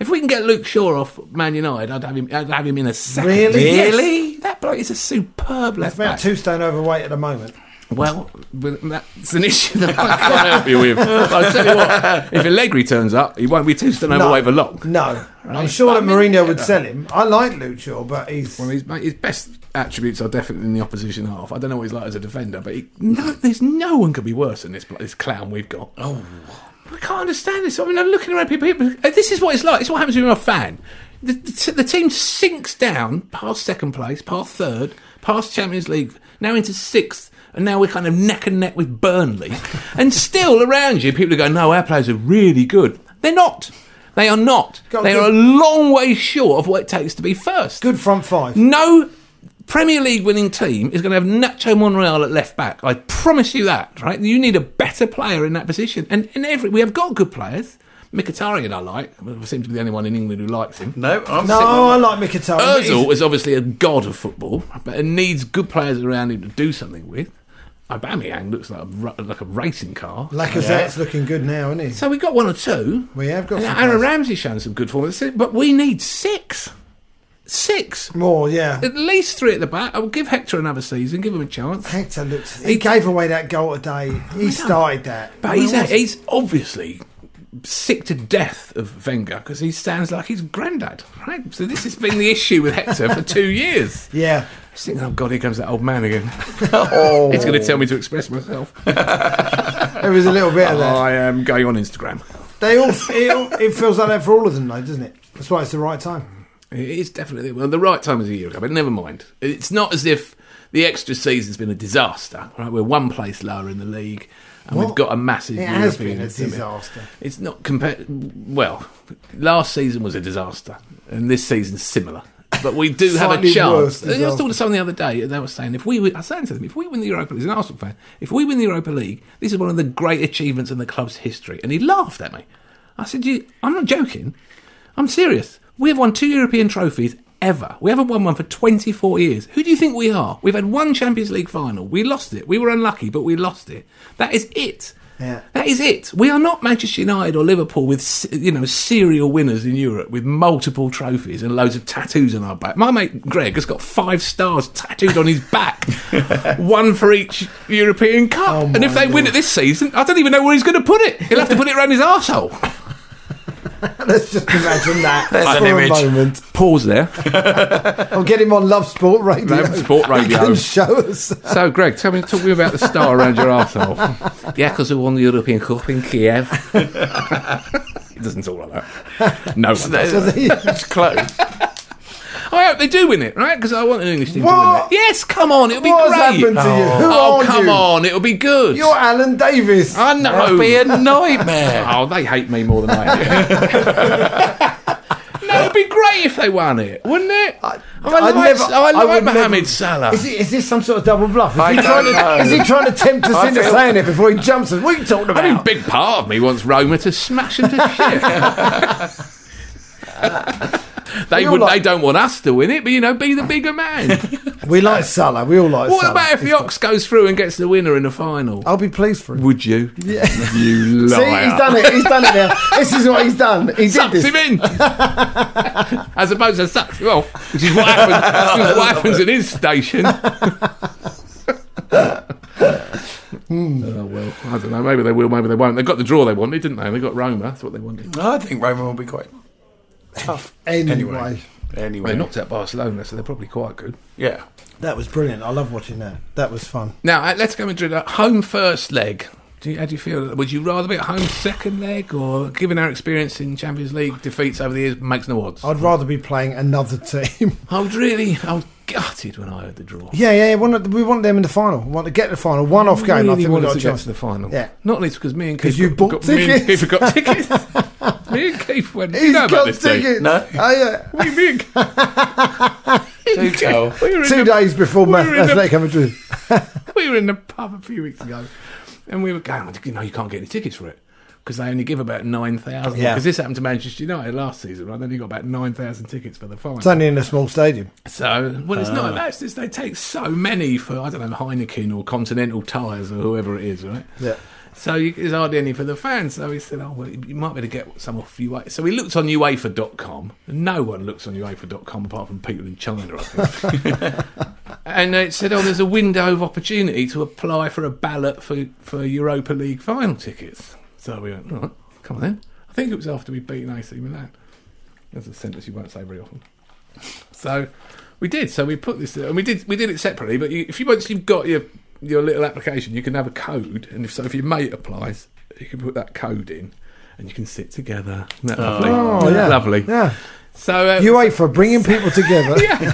B: If we can get Luke Shaw off Man United, I'd have him. I'd have him in a second.
D: Really?
B: Yes.
C: Really?
B: That bloke is a superb left
D: About
B: back.
D: two stone overweight at the moment.
B: Well, but that's an issue that I can't help you with. I'll tell you what, if Allegri turns up, he won't be too stone overweight for long.
D: No. I'm sure
B: But
D: that
B: I mean,
D: Mourinho would
B: yeah.
D: sell him. I like Lucho, but he's.
B: Well, his, his best attributes are definitely in the opposition half. I don't know what he's like as a defender, but he, no, there's no one could be worse than this, blo- this clown we've got. Oh, I can't understand this. I mean, I'm looking around people. people uh, this is what it's like. It's what happens when you're a fan. The, the, t- the team sinks down past second place, past third, past Champions League, now into sixth, and now we're kind of neck and neck with Burnley. and still around you, people are going, no, our players are really good. They're not. They are not.
D: Got
B: They
D: good-
B: are a long way short of what it takes to be first.
D: Good front five.
B: No Premier League winning team is going to have Nacho Monreal at left back. I promise you that, right? You need a better player in that position. And in every we have got good players. Mkhitaryan I like. I seem to be the only one in England who likes him.
C: No, I'm
D: No,
C: sitting-
D: I like Mkhitaryan. but he's-
B: Özil is obviously a god of football, but it needs good players around him to do something with. Aubameyang looks like a, ra- like a racing car.
D: Lacazette's looking good now, isn't he?
B: So we got one or two.
D: We have got
B: And
D: some
B: Aaron
D: players.
B: Ramsey's shown some good form, but we need six. Six.
D: More, yeah.
B: At least three at the back. I will give Hector another season, give him a chance.
D: Hector looked. He gave away that goal today. He started that.
B: Oh, But he's, he's obviously sick to death of Wenger because he sounds like his granddad, right? So this has been the issue with Hector for two years.
D: Yeah.
B: He's thinking, oh God, here comes that old man again. He's going to tell me to express myself.
D: There was a little bit of that.
B: I am going on Instagram.
D: They all it, all- it feels like that for all of them, though, doesn't it? That's why it's the right time.
B: It is definitely well the right time is a year ago, but never mind. It's not as if the extra season's been a disaster. Right, we're one place lower in the league, and we've
D: What?
B: got a massive.
D: It has
B: European
D: been a
B: summit.
D: disaster.
B: It's not compared. Well, last season was a disaster, and this season's similar. But we do have
D: Slightly
B: a chance.
D: worse
B: I was
D: disaster.
B: talking to someone the other day, and they were saying if we, win- I was saying to them, if we win the Europa League, as an Arsenal fan, if we win the Europa League, this is one of the great achievements in the club's history. And he laughed at me. I said, you, I'm not joking. I'm serious. We have won two European trophies ever. We haven't won one for 24 years. Who do you think we are? We've had one Champions League final. We lost it. We were unlucky, but we lost it. That is it.
D: Yeah.
B: That is it. We are not Manchester United or Liverpool with s- you know serial winners in Europe with multiple trophies and loads of tattoos on our back. My mate Greg has got five stars tattooed on his back, one for each European Cup.
D: Oh
B: and if
D: my
B: they win
D: Lord.
B: it this season, I don't even know where he's going to put it. He'll have to put it around his arsehole.
D: Let's just imagine that
C: There's an
D: for a
C: image.
D: moment.
B: Pause there.
D: I'll get him on Love Sport Radio.
B: Love Sport Radio.
D: He can show us.
B: So, Greg, tell me, talk to me about the star around your arsehole. Yeah, because we won the European Cup in Kiev. it doesn't talk like that. No one does.
C: That's close.
B: I hope Oh, they do win it, right? Because I want an English team to win
D: What?
B: it. Yes, come on, it'll be
D: What
B: great.
D: has happened to you? Who
B: oh,
D: are
B: come
D: you?
B: on, it'll be good.
D: You're Alan Davis.
B: I know.
C: That'd be a nightmare.
B: Oh, they hate me more than I hate them. no, it'd be great if they won it, wouldn't it? I,
D: I
B: like,
D: never-
B: I
D: I
B: like
D: would
B: Mohamed
D: never-
B: Salah.
D: Is, he, is this some sort of double bluff? Is,
C: I
D: he
C: don't
D: trying,
C: know.
D: to, is he trying to tempt us
C: I
D: into
C: feel-
D: saying it before he jumps us? What are you talking about?
B: I mean, big part of me wants Roma to smash into shit. they
D: You're
B: would.
D: like-
B: they don't want us to win it, but you know, be the bigger man.
D: we like Salah. We all like
B: what
D: Salah.
B: about if the Ox goes through and gets the winner in the final?
D: I'll be pleased for him.
B: Would you? Yeah. You
D: See,
B: liar.
D: he's done it. He's done it now. This is what he's done. He did
B: Sucks
D: this.
B: him in, as opposed to sucks him off, which is what happens. which is what happens in his station. oh Hmm. Oh, well, I don't know. Maybe they will. Maybe they won't. They got the draw they wanted, didn't they? They got Roma. That's what they wanted.
C: I think Roma will be quite.
D: Anyway,
C: Anyway. Anyway.
B: They knocked out Barcelona, so they're probably quite good.
C: yeah.
D: that was brilliant. I love watching that. That was fun.
B: Now, uh, Atletico Madrid are home first leg. Do you, how do you feel? Would you rather be at home second leg, or given our experience in Champions League defeats over the years, makes no odds? I
D: I'd rather be playing another team.
B: was really, I was gutted when I heard the draw.
D: yeah, yeah. We want, we want them in the final. We want to get the final. One off game. I
B: really
D: think we
B: wanted
D: got a
B: to get
D: chance.
B: to the final.
D: Yeah.
B: Not least because me and
D: 'Cause
B: Keith
D: you
B: got,
D: bought
B: got, Me and
D: tickets.
B: Keith got tickets. me and Keith went.
D: He's
B: you know about
D: got
B: this Keith.
D: tickets.
C: No.
D: Oh, yeah.
B: We, me and
C: Do tell.
B: we were in
D: Two
B: the-
D: days before
B: we
D: Math-
B: were in the-
D: Atletico Madrid.
B: we were in the pub a few weeks ago, and we were going, you know, you can't get any tickets for it because they only give about nine thousand.
D: Yeah.
B: Because this happened to Manchester United last season, right? They only got about nine thousand tickets for the final.
D: It's only in a small stadium.
B: So, well, it's not. That's just, they take so many for I don't know Heineken or Continental Tires or whoever it is, right?
D: Yeah.
B: So you, there's hardly any for the fans. So he said, "Oh, well, you might better get some off UEFA." So we looked on UEFA.com. No one looks on UEFA.com apart from people in China, I think. and it said, "Oh, there's a window of opportunity to apply for a ballot for for Europa League final tickets." So we went, "All right, come on then." I think it was after we beaten AC Milan. That's a sentence you won't say very often. So we did. So we put this, uh, and we did we did it separately. But you, if you once you've got your your little application, you can have a code, and if so, if your mate applies, you can put that code in, and you can sit together. Isn't that lovely?
D: Oh, yeah.
B: lovely.
D: Yeah.
B: So uh,
D: You wait for bringing people together.
B: yeah.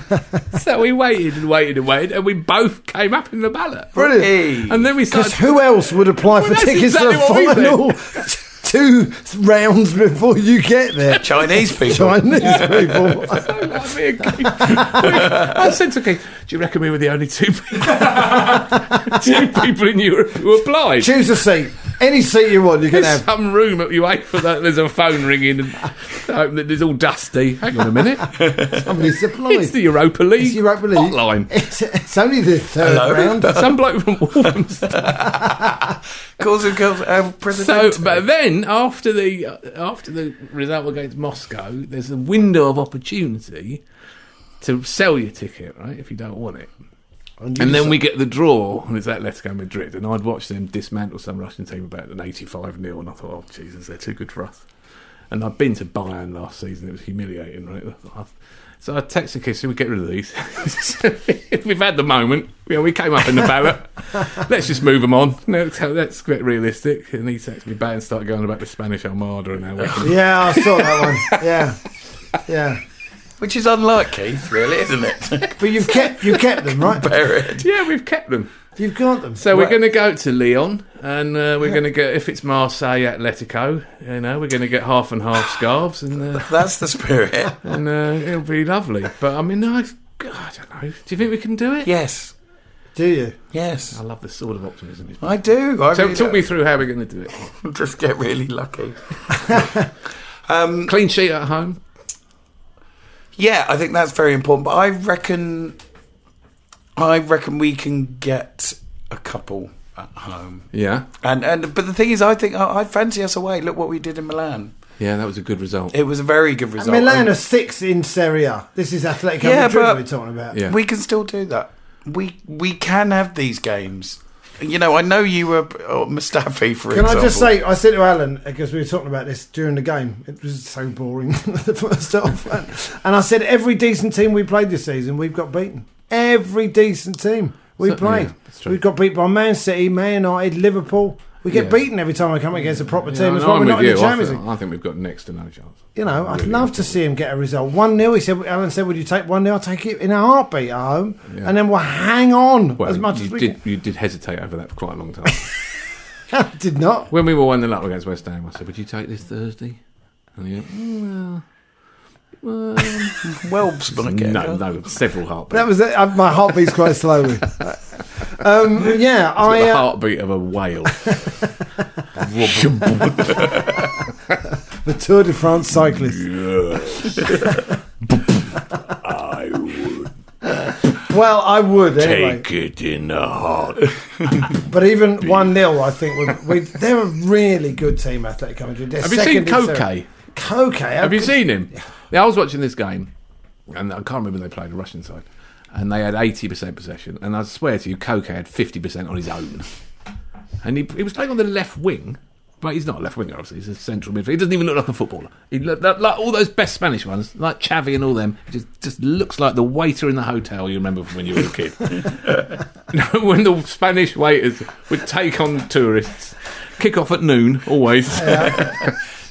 B: so we waited and waited and waited, and we both came up in the ballot.
D: Brilliant.
B: And then we started.
D: Because who else would apply for
B: that's
D: tickets to
B: exactly
D: the
B: what we
D: final two rounds before you get there?
C: Chinese people.
D: Chinese people.
B: So Oh, like me and Keith- I said to Keith, "Do you reckon we were the only two people, two people in Europe who applied?"
D: Choose a seat. Any seat you want, you can
B: There's
D: have.
B: some room at you wait for that. There's a phone ringing. And I hope that it's all dusty. Hang on a minute. It's
D: Somebody's
B: the
D: applied.
B: Europa League.
D: It's Europa League.
B: hotline.
D: It's, it's only the third
C: Hello?
D: round.
B: Some bloke from Wolverhampton.
C: Calls and calls. Uh,
B: So,
C: president.
B: but then after the after the result against Moscow, there's a window of opportunity to sell your ticket, right? If you don't want it.
D: And,
B: And then we get the draw, and it's Atletico Madrid. And I'd watched them dismantle some Russian team about an 85 0, and I thought, oh, Jesus, they're too good for us. And I'd been to Bayern last season, it was humiliating, right? I thought, So I texted Kiss, should we get rid of these? We've had the moment. You know, we came up in the ballot. let's just move them on. No, so let's get realistic. And he texted me back and started going about the Spanish Armada and how we can
D: yeah, I saw that one. Yeah, yeah.
C: which is unlike Keith, really, isn't it?
D: But you've kept you kept them right.
C: Buried.
B: Yeah, we've kept them.
D: You've got them.
B: So we're going to go to Leon, and uh, we're going to get if it's Marseille Atletico, you know, we're going to get half and half scarves, and uh,
C: That's the spirit.
B: and uh, it'll be lovely. But I mean, I, I don't know. Do you think we can do it?
C: Yes.
D: Do you?
C: Yes.
B: I love the sword of optimism. It's-
C: I do. I
B: So
C: really
B: talk
C: do.
B: me through how we're going to do it.
C: just get really lucky.
B: Clean sheet at home.
C: Yeah, I think that's very important. But I reckon, I reckon we can get a couple at home.
B: Yeah,
C: And and but the thing is, I think I, I fancy us away. Look what we did in Milan.
B: yeah, that was a good result.
C: It was a very good result.
D: Milan
B: um,
D: are
C: And
D: six in Serie A. This is Atletico
C: Yeah,
D: Madrid
C: but-
D: we're talking about.
B: Yeah.
C: we can still do that. We we can have these games. You know, I know you were oh, Mustafi, for
D: Can
C: example.
D: I just say, I said to Alan because we were talking about this during the game. It was so boring the first half, and I said every decent team we played this season, we've got beaten. Every decent team we played,
B: that's true.
D: we got beat by Man City, Man United, Liverpool. We get
B: Yeah.
D: beaten every time we come against a proper
B: Yeah,
D: team. That's
B: no,
D: why we're
B: I'm
D: not
B: with
D: in the
B: you. I
D: Champions
B: think-
D: League.
B: I think we've got next to no chance.
D: You know, I'd
B: Really.
D: love to see him get a result. One 0 He said, Alan said, "Would you take one 0 I'll take it in a heartbeat at home,
B: Yeah.
D: and then we'll hang on
B: Well,
D: as much
B: you
D: as we
B: did. You did hesitate over that for quite a long time.
D: can." did not.
B: when we were one 0 up against West Ham, I said, "Would you take this Thursday?" And you, mm, well, well,
C: Welbs might get
B: no,
C: it.
B: no, several heartbeats.
D: That was it. Uh, My heart beats quite slowly. Um, yeah, I.
B: the
D: uh,
B: heartbeat of a whale.
D: the Tour de France cyclist.
B: I would
D: Well, I would anyway.
B: it in the heart.
D: But even one 0 I think would. We, they're a really good team, Athletic Madrid. They're
B: Have you seen
D: second in Serie-
B: Koke?
D: Koke.
B: Have you seen him? Now, I was watching this game, and I can't remember they played the Russian side, and they had 80% possession, and I swear to you, Koke had 50% on his own. And he, he was playing on the left wing, but he's not a left winger, obviously, he's a central midfielder. He doesn't even look like a footballer. He looked like, like all those best Spanish ones, like Chavi and all them, he just, just looks like the waiter in the hotel you remember from when you were a kid. when the Spanish waiters would take on tourists, kick off at noon, always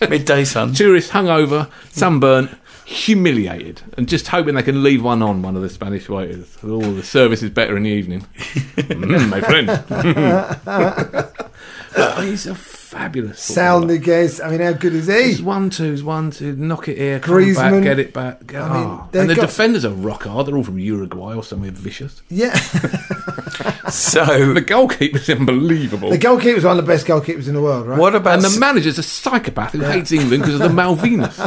C: Midday sun.
B: tourists hungover, sunburnt, humiliated, and just hoping they can leave one on one of the Spanish waiters. Oh, the service is better in the evening. Mm, my friend. But he's a fabulous.
D: Sal
B: footballer.
D: Niguez. I mean, how good is
B: It's
D: he?
B: one twos, one two, knock it here, come
D: Griezmann.
B: back, get it back.
D: I mean,
B: Oh.
D: they've
B: and the
D: got-
B: defenders are rock hard. They're all from Uruguay or somewhere vicious.
D: Yeah.
C: So,
B: The goalkeeper's unbelievable.
D: Oh. The goalkeeper's one of the best goalkeepers in the world, right?
C: what about
B: and the
C: Si-
B: manager's a psychopath who hates England because of the Malvinas.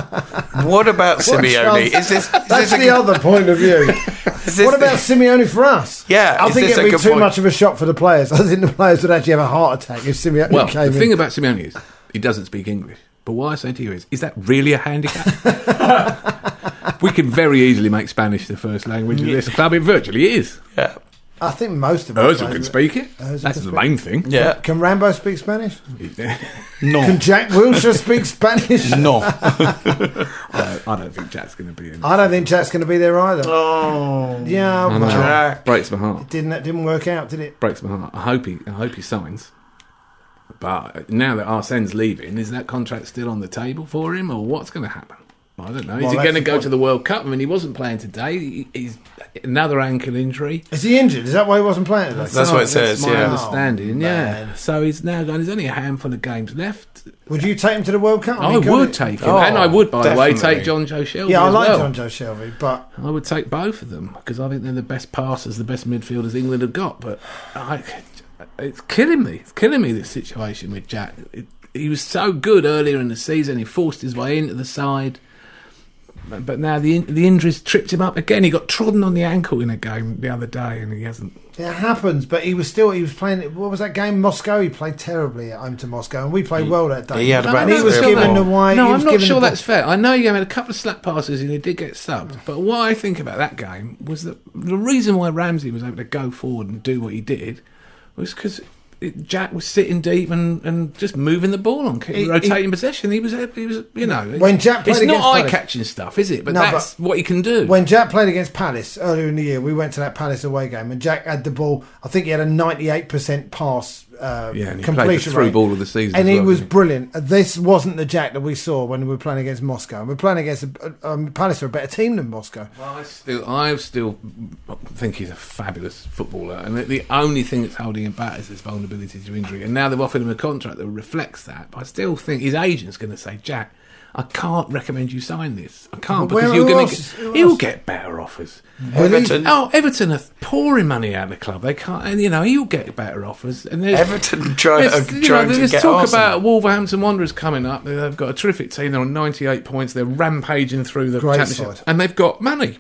C: what about Simeone?
D: chance?
C: Is this, is
D: That's
C: this a,
D: the other point of view.
C: is this
D: what about Simeone for us?
C: Yeah,
D: I
C: is
D: think
C: this
D: it'd
C: a
D: be
C: good
D: too
C: point?
D: much of a shock for the players. I think the players would actually have a heart attack if Simeone
B: Well,
D: came
B: the thing
D: in.
B: about Simeone is he doesn't speak English. But what I say to you is, is that really a handicap? we can very easily make Spanish the first language of this club. It virtually is.
C: yeah,
D: I think most of us
B: Ozil can speak it. That's
D: Ozil
B: the
D: can speak-
B: main thing.
C: yeah,
D: Can Rambo speak Spanish?
C: no,
D: Can Jack Wilshere speak Spanish?
C: no.
B: I uh, I don't think Jack's going to be in.
D: I don't think Jack's going to be there either.
C: Oh,
D: Yeah,
B: I
D: well,
B: know.
C: Jack.
B: Breaks my heart.
D: didn't that didn't work out, did it?
B: Breaks my heart. I hope he. I hope he signs. But uh, now that Arsene's leaving, is that contract still on the table for him, or what's going to happen? I don't know. Is
D: Well,
B: he
D: that's
B: going to
D: the
B: go
D: point.
B: to the World Cup? I mean, he wasn't playing today. He- He's another ankle injury.
D: Is he injured? Is that why he wasn't playing today?
C: That's what it says,
B: my
C: yeah.
B: understanding.
D: Oh,
B: yeah.
D: man.
B: So he's now gone. There's only a handful of games left.
D: Would you take him to the World Cup?
B: I,
D: mean, God,
B: would
D: it-
B: take him,
C: Oh,
B: and I would, by the way,
C: definitely.
B: take John Joe Shelby.
D: Yeah, I
B: as
D: like
B: well.
D: John Joe Shelby, but
B: I would take both of them because I think they're the best passers, the best midfielders England have got. But I, it's killing me. It's killing me this situation with Jack. It, he was so good earlier in the season. He forced his way into the side, but, but now the in- the injuries tripped him up again. He got trodden on the ankle in a game the other day, and he hasn't.
D: it happens. But he was still he was playing. What was that game? Moscow. He played terribly at home to Moscow, and we played well that day.
C: he had about
D: and he
C: three
D: was
C: or
D: given
C: four.
D: the wide.
B: No,
D: he
B: I'm
D: was
B: not
D: given the
B: sure
D: ball-
B: that's fair. I know you had a couple of slap passes and he did get subbed, but what I think about that game was that the reason why Ramsey was able to go forward and do what he did was because Jack was sitting deep and, and just moving the ball on, keeping
D: He-
B: rotating possession. He was, he was, you know, it's-
D: When Jack played
B: it's not
D: against Palace-
B: eye catching stuff, is it? But
D: No,
B: that's
D: but-
B: what he can do.
D: When Jack played against Palace earlier in the year, we went to that Palace away game, and Jack had the ball. I think he had a 98% pass uh,
B: yeah, and he played the
D: completion
B: through
D: rate.
B: ball of the season,
D: and
B: as
D: he
B: well,
D: was
B: didn't
D: brilliant. This wasn't the Jack that we saw when we were playing against Moscow. We were playing against a, um, Palace are a better team than Moscow.
B: I still, I still think he's a fabulous footballer, and the- the only thing that's holding him back is his vulnerability to injury. And now they've offered him a contract that reflects that. But I still think his agent's going to say, "Jack, I can't recommend you sign this. I can't
D: Well,
B: because
D: who
B: you're going
D: else- who
B: to he'll
D: else?
B: get better offers."
C: Everton.
B: Oh, Everton are pouring money out of the club. They can't, and you know he'll get better offers. And there's-
C: Everton try,
D: Uh,
B: there's,
C: are
B: you know,
C: trying to
B: there's
C: get
B: talk
C: Arsenal.
B: about Wolverhampton Wanderers coming up. They've got a terrific team. They're on 98 points. They're rampaging through the
D: Great
B: championship,
D: side.
B: and they've got money.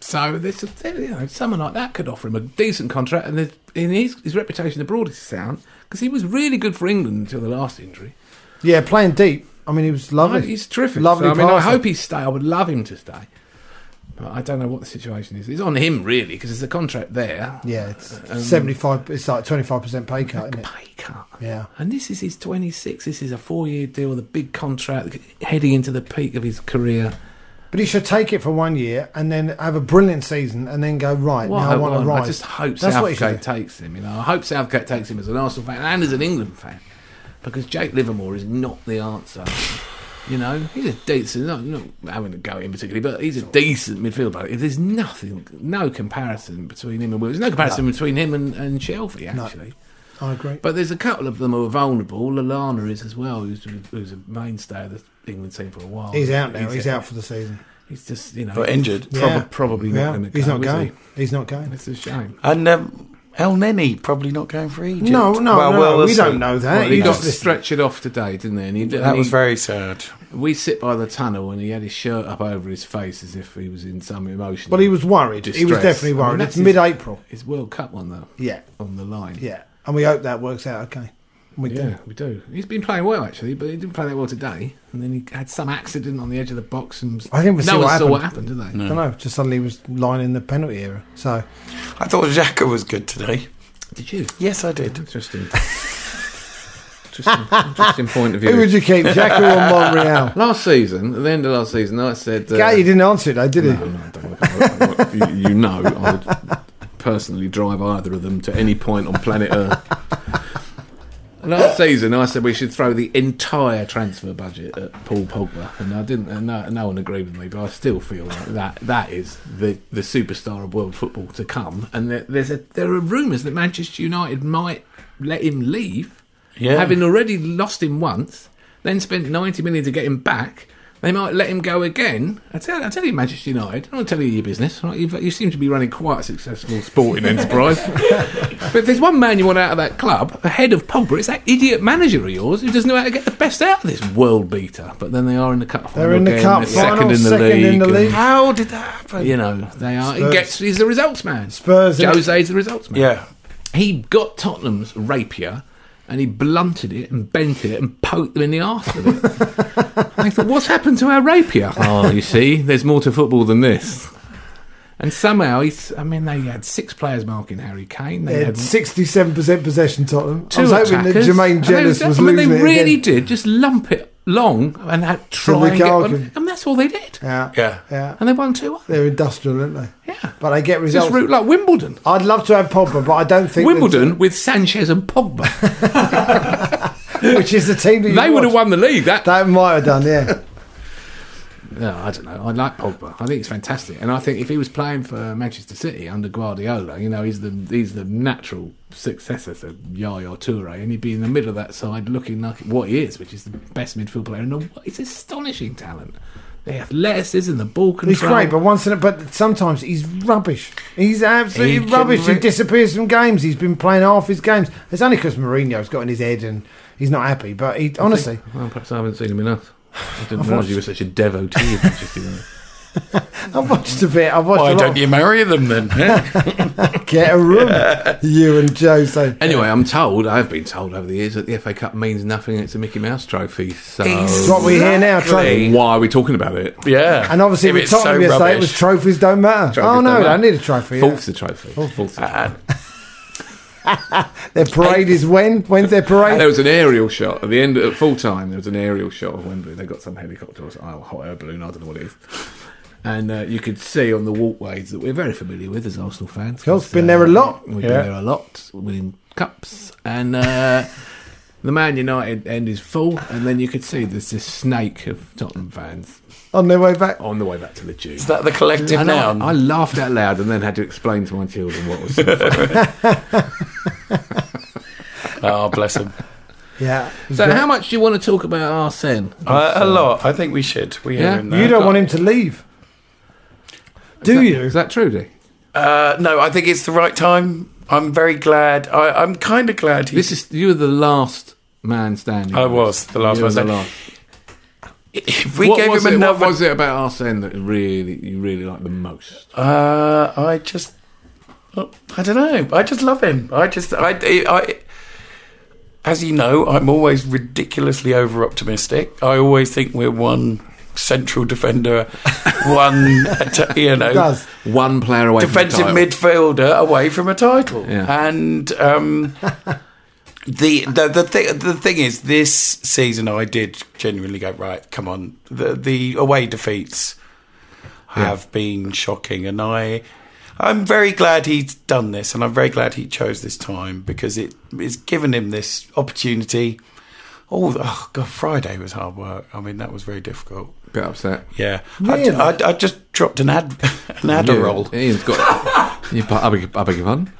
B: So there's a, there- you know, someone like that could offer him a decent contract, and, there's- and his, his reputation abroad is sound because he was really good for England until the last injury.
D: Yeah, playing deep. I mean, he was lovely.
B: Oh, He's terrific.
D: Lovely
B: So, I mean, I
D: passer.
B: hope he stay. I would love him to stay. But I don't know what the situation is. It's on him really because there's a contract there.
D: Yeah, it's
B: Uh, um,
D: seventy-five. It's like twenty-five percent pay cut, isn't it?
B: Pay cut.
D: Yeah.
B: And this is his 26. This is a four-year deal, the big contract, heading into the peak of his career.
D: But he should take it for one year and then have a brilliant season and then go right
B: What
D: now. I want to rise.
B: I just hope
D: That's what he
B: Southgate
D: should do.
B: takes him. You know, I hope Southgate takes him as an Arsenal fan and as an England fan, because Jake Livermore is not the answer. You know, he's a decent. Not, not having a go at him particularly, but he's a decent midfielder. If There's nothing, no comparison between him and Wilson. There's no comparison between him and, and Shelby actually.
D: I agree.
B: But there's a couple of them who are vulnerable. Lalana is as well, who's, who's a mainstay of the England team for a while.
D: he's out now. He's, out for the season.
B: He's just you know
C: Got injured.
B: Prob-
D: Yeah.
B: Probably not
D: Yeah,
B: going to go.
D: he's not
B: is
D: going.
B: he?
D: He's not going.
B: It's a shame.
C: And um, El Nenny probably not going for Egypt.
D: No, no, no, no, we don't know that.
B: Well, he
D: You
B: got
D: just-
B: stretchered off today, didn't he? And he, and
C: That
B: he-
C: was very sad.
B: We sit by the tunnel, and he had his shirt up over his face as if he was in some emotion.
D: But he was worried. He was
B: Distress.
D: definitely
B: I mean,
D: worried.
B: that's
D: it's
B: his-
D: mid-April.
B: His World Cup one though.
D: Yeah.
B: on the line.
D: Yeah, and we hope that works out okay. We
B: Yeah,
D: do.
B: we do. He's been playing well actually, but he didn't play that well today. And then he had some accident on the edge of the box, and
D: I didn't see
B: no
D: what
B: one saw
D: happened.
B: what happened, did they?
D: I don't know. Just suddenly he was lying in the penalty area. So
C: I thought Xhaka was good today.
B: Did you?
C: Yes, I did.
B: Interesting. interesting, interesting point of view.
D: who would you keep, Jack or Monreal?
B: Last season, at the end of last season, I said. Uh,
D: Yeah, you didn't answer it, though, did he?
B: No, no, I don't work- I work- you, you know, I would personally drive either of them to any point on planet Earth. Last season, I said we should throw the entire transfer budget at Paul Pogba, and I didn't. And no, no one agreed with me, but I still feel like that that is the, the superstar of world football to come. And there, there's a, there are rumours that Manchester United might let him leave,
C: Yeah.
B: having already lost him once, then spent 90 million to get him back. They might let him go again. I tell, I tell you, Manchester United, I don't tell you your business. Right? You've, you seem to be running quite a successful sporting enterprise. but if there's one man you want out of that club, ahead of Pogba, it's that idiot manager of yours who doesn't know how to get the best out of this world beater. But then they are in the cup final.
D: They're in the
B: again,
D: cup
B: they're
D: final,
B: second in the
D: second
B: league.
D: in the
B: and,
D: league.
C: How did that happen?
B: you know, they are. He
D: Spurs.
B: gets, he's the results man.
D: Spurs, innit?
B: Jose's the results man
C: Yeah.
B: he got Tottenham's rapier and he blunted it and bent it and poked them in the arse with it. I thought, what's happened to our rapier? Oh, you see, there's more to football than this. And somehow, he's, I mean, they had six players marking Harry Kane. They
D: They
B: had
D: had sixty-seven percent possession. Tottenham.
B: two
D: I was hoping that
B: attackers.
D: Jermaine
B: And they-
D: Jealous was
B: I mean,
D: losing
B: They
D: it
B: really
D: again.
B: did just lump it long and had, try and get
D: Lukaku.
B: one. And that's all they did.
D: Yeah,
C: Yeah.
D: yeah.
B: And they won 2 1.
D: They're industrial, aren't they?
B: Yeah.
D: But they get
B: Just
D: results.
B: root like Wimbledon.
D: I'd love to have Pogba, but I don't think
B: Wimbledon with Sanchez and Pogba.
D: which is the team that you
B: they would have
D: watch.
B: won the league. That
D: That might have done, yeah.
B: No, I don't know. I like Pogba. I think he's fantastic, and I think if he was playing for Manchester City under Guardiola, you know, he's the he's the natural successor to Yaya Toure, and he'd be in the middle of that side, looking like what he is, which is the best midfield player in the world. It's astonishing talent. The athleticism, the ball control.
D: He's great, but once in a, but sometimes he's rubbish. He's absolutely
C: He can
D: rubbish. he
C: re-
D: disappears from games. He's been playing half his games. It's only because Mourinho's got in his head and he's not happy. But he honestly,
B: well, perhaps I haven't seen him enough. I didn't realise you were such a devotee of Manchester United.
D: I've watched a bit. I've watched
C: Why
D: a lot.
C: don't you marry them then? Yeah.
D: of- Get a room, you and Jose.
B: Anyway, I'm told, I've been told over the years that the FA Cup means nothing. It's a Mickey Mouse trophy. So
C: Exactly.
D: It's what we hear now, trophy.
B: why are we talking about it?
C: yeah.
D: And obviously,
C: If
D: with
C: it's so
D: Tottenham yesterday, it was
C: rubbish.
D: trophies don't matter.
B: Trophies
D: oh
B: don't
D: no,
B: matter.
D: I need a trophy. yeah.
B: False the trophy. False the trophy.
D: Their parade is when? When's their parade?
B: There was an aerial shot at the end at full time. There was an aerial shot of Wembley. They got some helicopter or some oh, hot air balloon. I don't know what it is. And uh, you could see on the walkways that we're very familiar with as Arsenal fans.
D: course,
B: 'cause,
D: been there a lot.
B: We've
D: Yeah.
B: been there a lot, winning cups. And uh, the Man United end is full, and then you could see there's this snake of Tottenham fans
D: On their way back.
C: Oh.
B: on the way back to the tube.
C: Is that the collective
B: And I,
C: noun?
B: I laughed out loud and then had to explain to my children what was so funny.
C: oh, bless him.
D: Yeah.
B: So, how much do you want to talk about Arsene?
C: Uh, a lot. I think we should. We
B: Yeah.
C: hear him now.
D: you don't want him to leave, do you?
B: Is that true, Dee?
C: Uh, no, I think it's the right time. I'm very glad. I, I'm kind of glad he
B: This is you were the last man standing.
C: I was the last
B: You were
C: man
B: the
C: standing.
B: last.
C: If we
B: what
C: gave
B: was
C: him
B: it,
C: another.
B: What was it about Arsene that really you really liked the most?
C: Uh, I just, I don't know. I just love him. I just, I, I, as you know, I'm always ridiculously over optimistic. I always think we're one central defender, one atta- you know
D: It does.
B: One player away.
C: defensive
B: from the title.
C: midfielder away from a title.
B: Yeah.
C: And um, the the the, thi- the thing is, this season I did genuinely go right. Come on, the the away defeats have been shocking, and I. I'm very glad he's done this, and I'm very glad he chose this time because it it's given him this opportunity. Oh, oh God, Friday was hard work. I mean, that was very difficult.
B: Bit upset.
C: Yeah,
D: Really?
C: I, I, I just dropped an ad an Adderall.
B: Yeah, Ian's got. you, I beg, I beg your pardon.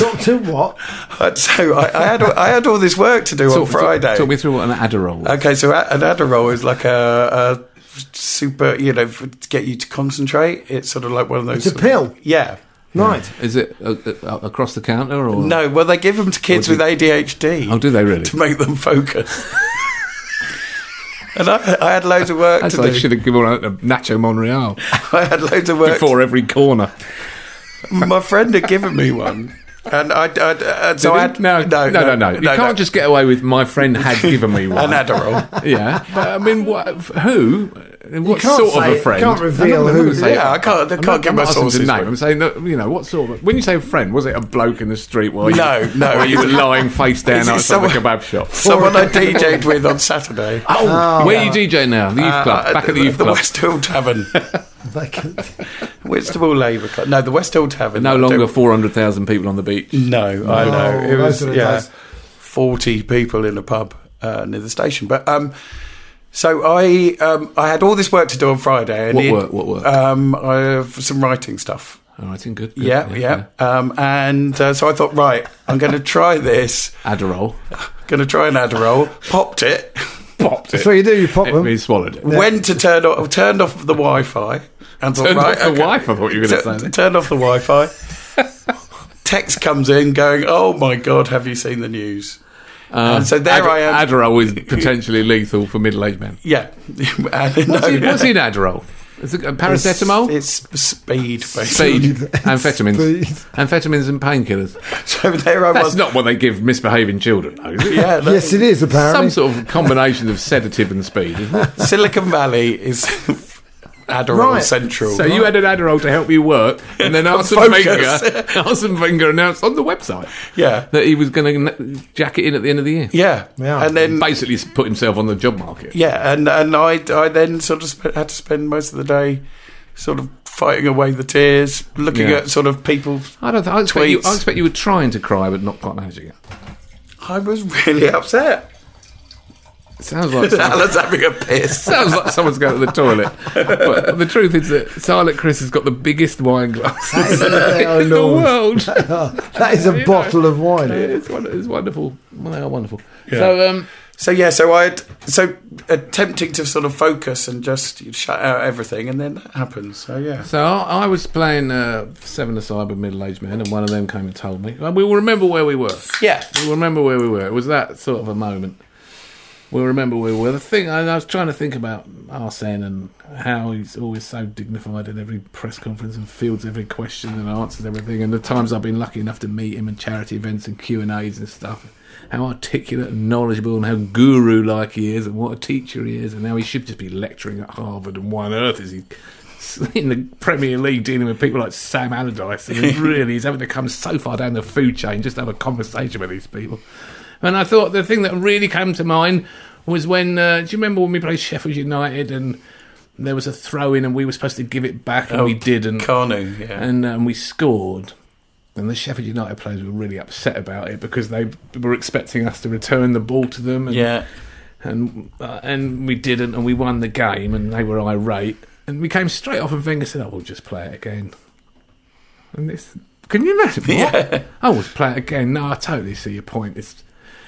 D: Got to what?
C: Uh, So I, I had I had all this work to do on
B: Talk- talk-
C: Friday.
B: Talk, me through what an Adderall. was.
C: okay, so a- an Adderall is like a, a super, you know, f- to get you to concentrate. It's sort of like one of those.
D: It's a pill.
C: Yeah.
D: Right.
B: Is it uh, uh, across the counter or
C: No, well, they give them to kids with ADHD
B: Oh, do they really?
C: to make them focus. and I, I had loads of work
B: That's
C: to
B: like
C: do.
B: should have given out to Nacho Monreal
C: I had loads of work.
B: before every corner.
C: My friend had given me one. And I, I, I so I had,
B: no, no, no, no, You can't just get away with my friend had given me one.
C: an Adderall.
B: yeah, but I mean, what, who? What
D: can't
B: sort
D: say
B: of
D: it.
B: a friend?
D: Can't reveal
B: I'm not- I'm
D: who.
B: not saying-
C: Yeah, I can't- I
B: I'm
C: can't
B: not-
C: give
B: I'm
C: my
B: not asking to
C: sources
B: name.
C: away.
B: I'm saying, that, you know, what sort of? When you say friend, was it a bloke in the street while
C: No,
B: you,
C: no,
B: while you
C: it's-
B: were lying face down
C: it's-
B: outside
C: it's
B: the
C: someone-
B: kebab shop?
C: Someone I DJ'd with on Saturday.
B: Oh,
D: Ah,
B: where you DJ now? The youth club,
C: Uh,
B: back at the youth
C: the
B: club.
C: West Hill Tavern,
D: Vacant.
C: Whitstable Labour Club. No, the West Hill Tavern.
B: No
C: I
B: longer
C: don't-
B: four hundred thousand people on the beach.
C: No, I know. It
D: those
C: was
D: are the
C: yeah,
D: days.
C: forty people in a pub uh, near the station. But um, so I um, I had all this work to do on Friday. And
B: What
C: it-
B: work, what work?
C: Um, I have some writing stuff.
B: All right, good. good,
C: Yeah, yeah. Um, and uh, so I thought, right, I'm going to try this.
B: yeah. Adderall.
C: Going to try an Adderall. Popped it. Popped
D: That's what you do. You pop
B: It,
D: them.
B: he swallowed it.
C: Went to turn off, turned off the Wi-Fi, and thought,
B: Turned
C: right,
B: off the
C: okay.
B: wife. I thought you were going to say
C: T-
B: that.
C: Turn off the Wi-Fi. Text comes in going, "Oh my God, have you seen the news?" and so there
B: Adder-
C: I am.
B: Uh, Adderall is potentially lethal for middle-aged men.
C: yeah. And-
B: What's,
C: no,
B: in, what's in Adderall? Is it uh, paracetamol?
C: It's, it's speed,
B: Speed,
C: basically.
B: amphetamines, amphetamines and painkillers.
C: so there I
B: That's
C: was.
B: not what they give misbehaving children. though, is it?
C: yeah. that-
D: Yes, it is apparently.
B: Some sort of combination of sedative and speed. Isn't it?
C: Silicon Valley is Adderall
D: Right.
C: Central.
B: So you had an Adderall to help you work, and then Arsene
C: Focus.
B: Wenger, Arsene Wenger announced on the website
C: yeah,
B: that he was going to jack it in at the end of the year.
C: yeah,
D: Yeah.
C: and then.
B: Basically, s- put himself on the job market.
C: Yeah, and and I I then sort of sp- had to spend most of the day sort of fighting away the tears, looking
B: Yeah.
C: at sort of people.
B: I don't. Th- I, expect you,
C: Tweets.
B: I expect you were trying to cry, but not quite managing it.
C: I was really upset.
B: It sounds like someone,
C: Alan's having a piss.
B: sounds like someone's going to the toilet. But the truth is that Silent Chris has got the biggest wine glasses in
D: Oh,
B: the
D: Lord.
B: world.
D: That is a bottle of wine.
B: It's, won- it's wonderful. They are wonderful. So, um,
C: So yeah, so I so attempting to sort of focus and just shut out everything, and then that happens. So yeah,
B: so I, I was playing uh, seven aside with middle-aged men, and one of them came and told me. And we will remember where we were.
C: yeah,
B: We'll remember where we were. It was that sort of a moment. We'll remember where we were. The thing I, I was trying to think about Arsene and how he's always so dignified at every press conference and fields every question and answers everything. And the times I've been lucky enough to meet him in charity events and Q and A's and stuff. How articulate and knowledgeable and how guru like he is and what a teacher he is and how he should just be lecturing at Harvard and why on earth is he in the Premier League dealing with people like Sam Allardyce, and he really is having to come so far down the food chain just to have a conversation with these people. And I thought the thing that really came to mind was when uh, do you remember when we played Sheffield United and there was a throw in and we were supposed to give it back and we didn't
C: Carnu, yeah,
B: and um, we scored. And the Sheffield United players were really upset about it because they were expecting us to return the ball to them. And
C: yeah.
B: and uh, and we didn't, and we won the game, and they were irate, and we came straight off, and Wenger said, "Oh, we'll just play it again." And this, can you imagine? What? Oh, we'll play it again. No, I totally see your point. It's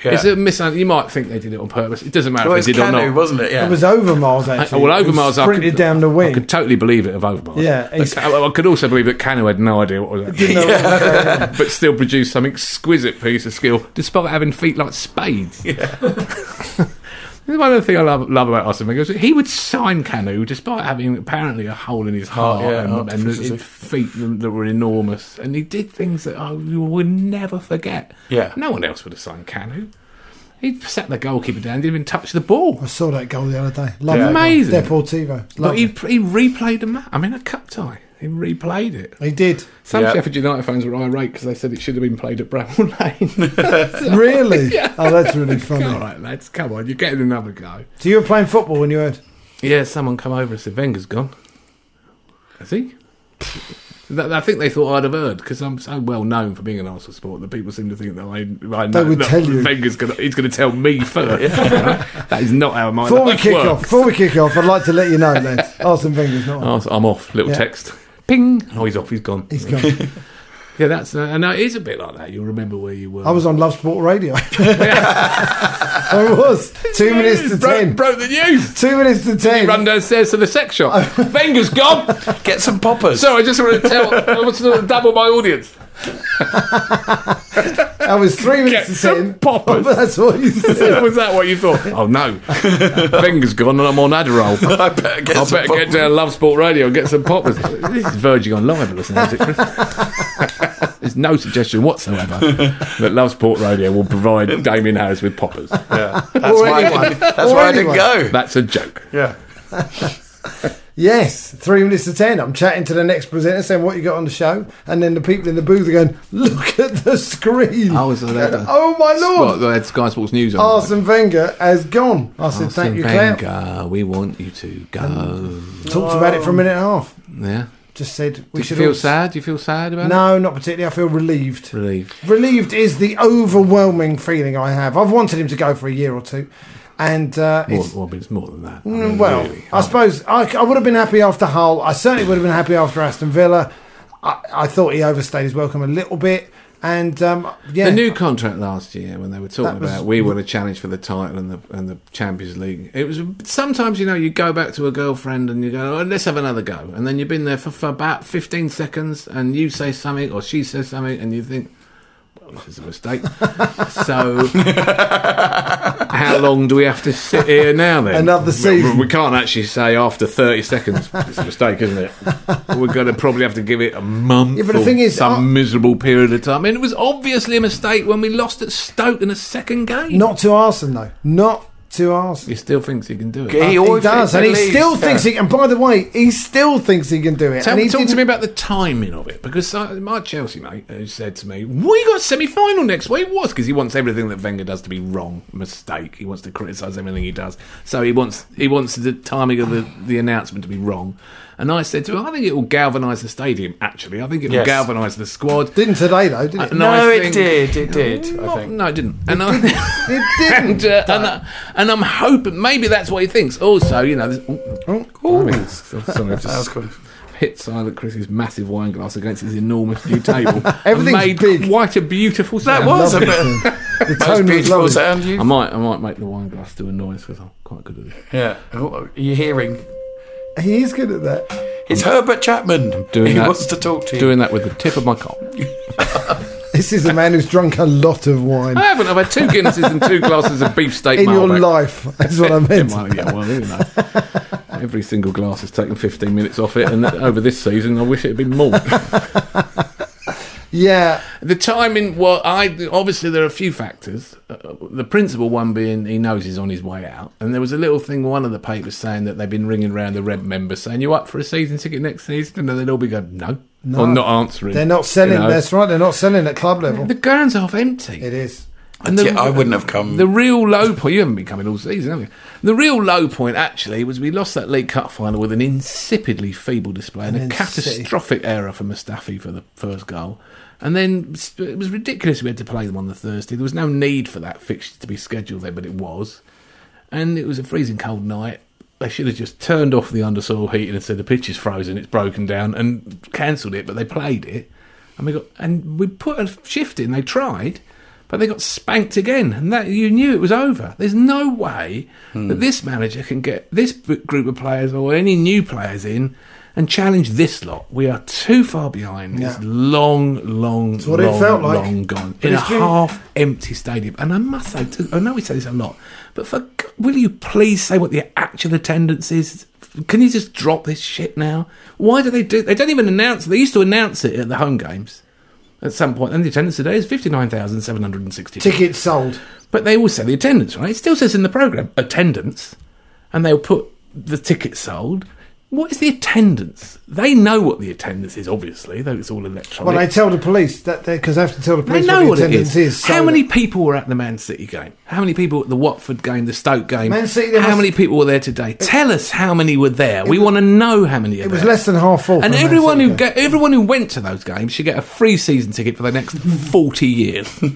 C: Yeah.
B: it's a misunderstanding. You might think they did it on purpose. It doesn't matter
C: Well,
B: if
C: it's
B: they did or
C: Canu,
B: not.
C: wasn't it? Yeah,
D: It was Overmars
B: I,
D: actually.
B: well,
D: It was
B: Overmars, I
D: sprinted
B: could,
D: down the
B: I
D: wing.
B: could totally believe it of Overmars.
D: Yeah, he's-
B: I, I could also believe that Cano had no idea what was happening,
D: Didn't know uh, what was going on.
B: but still produced some exquisite piece of skill, despite having feet like spades. One other thing I love, love about Arsene Wenger is that he would sign Canu despite having apparently a hole in his heart
C: yeah,
B: and,
C: heart
B: and
C: deficiency.
B: his feet that that were enormous, and he did things that I you will never forget.
C: Yeah.
B: no one else would have signed Canu. He sat the goalkeeper down, didn't even touch the ball.
D: I saw that goal the other day. Love
B: Yeah.
D: it.
B: Amazing.
D: Deportivo.
B: But
D: Love
B: he,
D: it.
B: he replayed the match. I mean, a cup tie. He replayed it.
D: He did.
B: Some
C: Yeah.
B: Sheffield United fans were irate because they said it should have been played at Bramall Lane.
D: Really? Oh, that's really funny.
B: All right, lads, come on, you're getting another go.
D: So you were playing football when you heard?
B: Yeah, someone come over and said Wenger's gone. Has he? That- I think they thought I'd have heard because I'm so well known for being an Arsenal support that people seem to think that I, I know
D: would
B: that
D: tell you.
B: Wenger's gonna, he's going to tell me first. that is not how my
D: Before we
B: life
D: kick
B: works.
D: off, before we kick off, I'd like to let you know, lads. Arsene Wenger's not. on.
B: Oh, so I'm off. Little
D: Yeah.
B: text. Ping. Oh, he's off. He's gone.
D: He's gone.
B: Yeah, that's. Uh, and it is a bit like that. You'll remember where you were.
D: I was on Love Sport Radio. I was. Two minutes to
B: Broke-
D: ten.
B: Broke the news.
D: Two minutes to ten.
B: run downstairs to the sex shop. Wenger's gone.
C: Get some poppers.
B: So I just want to tell. I want to double my audience.
D: I was three minutes to
B: some
D: ten.
B: poppers.
D: But that's what you said.
B: Was that what you thought? Oh no, Wenger's gone and I'm on Adderall.
C: I better get
B: I
C: some
B: better get
C: poppers.
B: down to Love Sport Radio and get some poppers. this is verging on libel, isn't it? Chris? There's no suggestion whatsoever that Love Sport Radio will provide Damien Harris with poppers.
C: That's why, I
D: anyone.
C: didn't, that's
D: Or
C: why I didn't
D: anyone.
C: go.
B: That's a joke.
C: Yeah.
D: Yes, three minutes to ten. I'm chatting to the next presenter, saying what you got on the show, and then the people in the booth are going, "Look at the screen."
B: Oh, so they had the-
D: oh my
B: Well,
D: lord!
B: they had Sky Sports News on.
D: Arsene Wenger has gone. I said, Oh, "Thank you, Claire."
B: Wenger, we want you to go.
D: Talked about it for a minute and a half.
B: Yeah.
D: Just said
B: Do
D: we
B: you
D: should
B: feel
D: all-
B: sad? Do you feel sad about it?
D: No, not particularly. I feel relieved.
B: Relieved.
D: Relieved is the overwhelming feeling I have. I've wanted him to go for a year or two, and uh,
B: More,
D: it's,
B: well, it's more than that. I
D: Mm,
B: mean,
D: well,
B: really.
D: I suppose I, I would have been happy after Hull. I certainly would have been happy after Aston Villa. I, I thought he overstayed his welcome a little bit, and um, yeah,
B: The new contract last year, when they were talking
D: That was-
B: about we want a challenge for the title and the and the Champions League, it was sometimes you know you go back to a girlfriend and you go oh, let's have another go, and then you've been there for, for about fifteen seconds and you say something or she says something and you think well, this is a mistake. so how long do we have to sit here now then?
D: Another
B: We-
D: season.
B: We, can't actually say after thirty seconds. it's a mistake, isn't it? We're going to probably have to give it a month.
D: Yeah, but the
B: or
D: thing is,
B: some
D: I-
B: miserable period of time. I mean, it was obviously a mistake when we lost at Stoke in the second game.
D: not to Arsenal though, not to Arsenal.
B: He still thinks he can do it.
C: He
D: He
C: always
D: does,
C: thinks
D: and
C: it
D: he
C: leaves.
D: still
C: Yeah.
D: thinks he. And by the way, he still thinks he can do it.
B: Tell,
D: and he
B: talk to
D: didn't-
B: me about the timing of it because uh, my Chelsea mate who said to me, "We got semi final next week." Was because he wants everything that Wenger does to be wrong, mistake. He wants to criticise everything he does, so he wants he wants the timing of the, the announcement to be wrong. And I said to him, "I think it will galvanise the stadium. Actually, I think it will
C: Yes.
B: galvanise the squad."
D: Didn't today though, did it?
B: And
C: No,
B: I
C: it
B: think-
C: did. It did. I
B: Not-
C: think.
B: No, it didn't. And I,
D: It
B: and,
D: didn't.
B: uh, and, I, and I'm hoping maybe that's what he thinks. Also, you know, this, oh, blimey. So- sorry, I've just hit silent Chris's massive wine glass against his enormous new table.
D: Everything's
B: made
D: big.
B: quite a beautiful sound.
C: That was a
D: Lovely
C: bit.
D: thing. The
C: Most
D: tone was
C: beautiful
D: lovely.
C: sound
B: I
C: you.
B: might, I might make the wine glass do a noise because I'm quite good at it.
C: Yeah. Oh, You're hearing.
D: He is good at that.
C: It's Herbert Chapman.
B: doing
C: he
B: that.
C: wants to talk to you.
B: Doing that with the tip of my cup.
D: This is a man who's drunk a lot of wine
B: I haven't. I've had two Guinnesses and two glasses of beefsteak.
D: in your
B: Ah, Malbec.
D: life. That's what I meant.
B: Well, yeah, well, you know. Every single glass has taken 15 minutes off it, and over this season, I wish it had been more.
D: Yeah,
B: The timing, well, I obviously there are a few factors. Uh, the principal one being he knows he's on his way out, and there was a little thing one of the papers saying that they've been ringing around the Red members saying you up for a season ticket next season, and they'd all be going no, or not answering.
D: they're not selling.
B: You know.
D: That's right. They're not selling at club level.
B: The ground's half empty.
D: It is.
B: And the,
C: Yeah, I wouldn't have come.
B: The real low point. You haven't been coming all season, have you? The real low point actually was we lost that League Cup final with an insipidly feeble display and,
D: An
B: a
D: insi-
B: catastrophic error from Mustafi for the first goal. And then s- it was ridiculous we had to play them on the Thursday. There was no need for that fixture to be scheduled then, but it was. And it was a freezing cold night. They should have just turned off the undersoil heating and said the pitch is frozen, it's broken down, and cancelled it. But they played it, and we got and we put a shift in. They tried, but they got spanked again, and that you knew it was over. There's no way
D: Hmm.
B: that this manager can get this b- group of players or any new players in and challenge this lot. We are too far behind. It's
D: Yeah.
B: long, long,
D: what it
B: long,
D: felt like.
B: long gone
D: But
B: in a
D: it's been-
B: half empty stadium. And I must say, too, I know we say this a lot, but for g- will you please say what the actual attendance is? Can you just drop this shit now? Why do they do? They don't even announce. They used to announce it at the home games. at some point, and the attendance today is 59,760.
D: Tickets sold.
B: But they will say the attendance, right? It still says in the programme attendance, and they'll put the tickets sold. What is the attendance? They know what the attendance is, obviously, though it's all electronic.
D: Well, they tell the police that because they have to tell the
B: They
D: police
B: know
D: what
B: what
D: the
B: it
D: attendance
B: is.
D: is. so
B: How many people were at the Man City game? How many people at the Watford game, the Stoke game?
D: Man City, they
B: how
D: must-
B: many people were there today? Tell us how many were there. We want to know how many. Are
D: It was
B: there.
D: less than half full.
B: And
D: for a Man
B: everyone
D: City
B: who
D: game.
B: get, everyone who went to those games should get a free season ticket for the next forty years.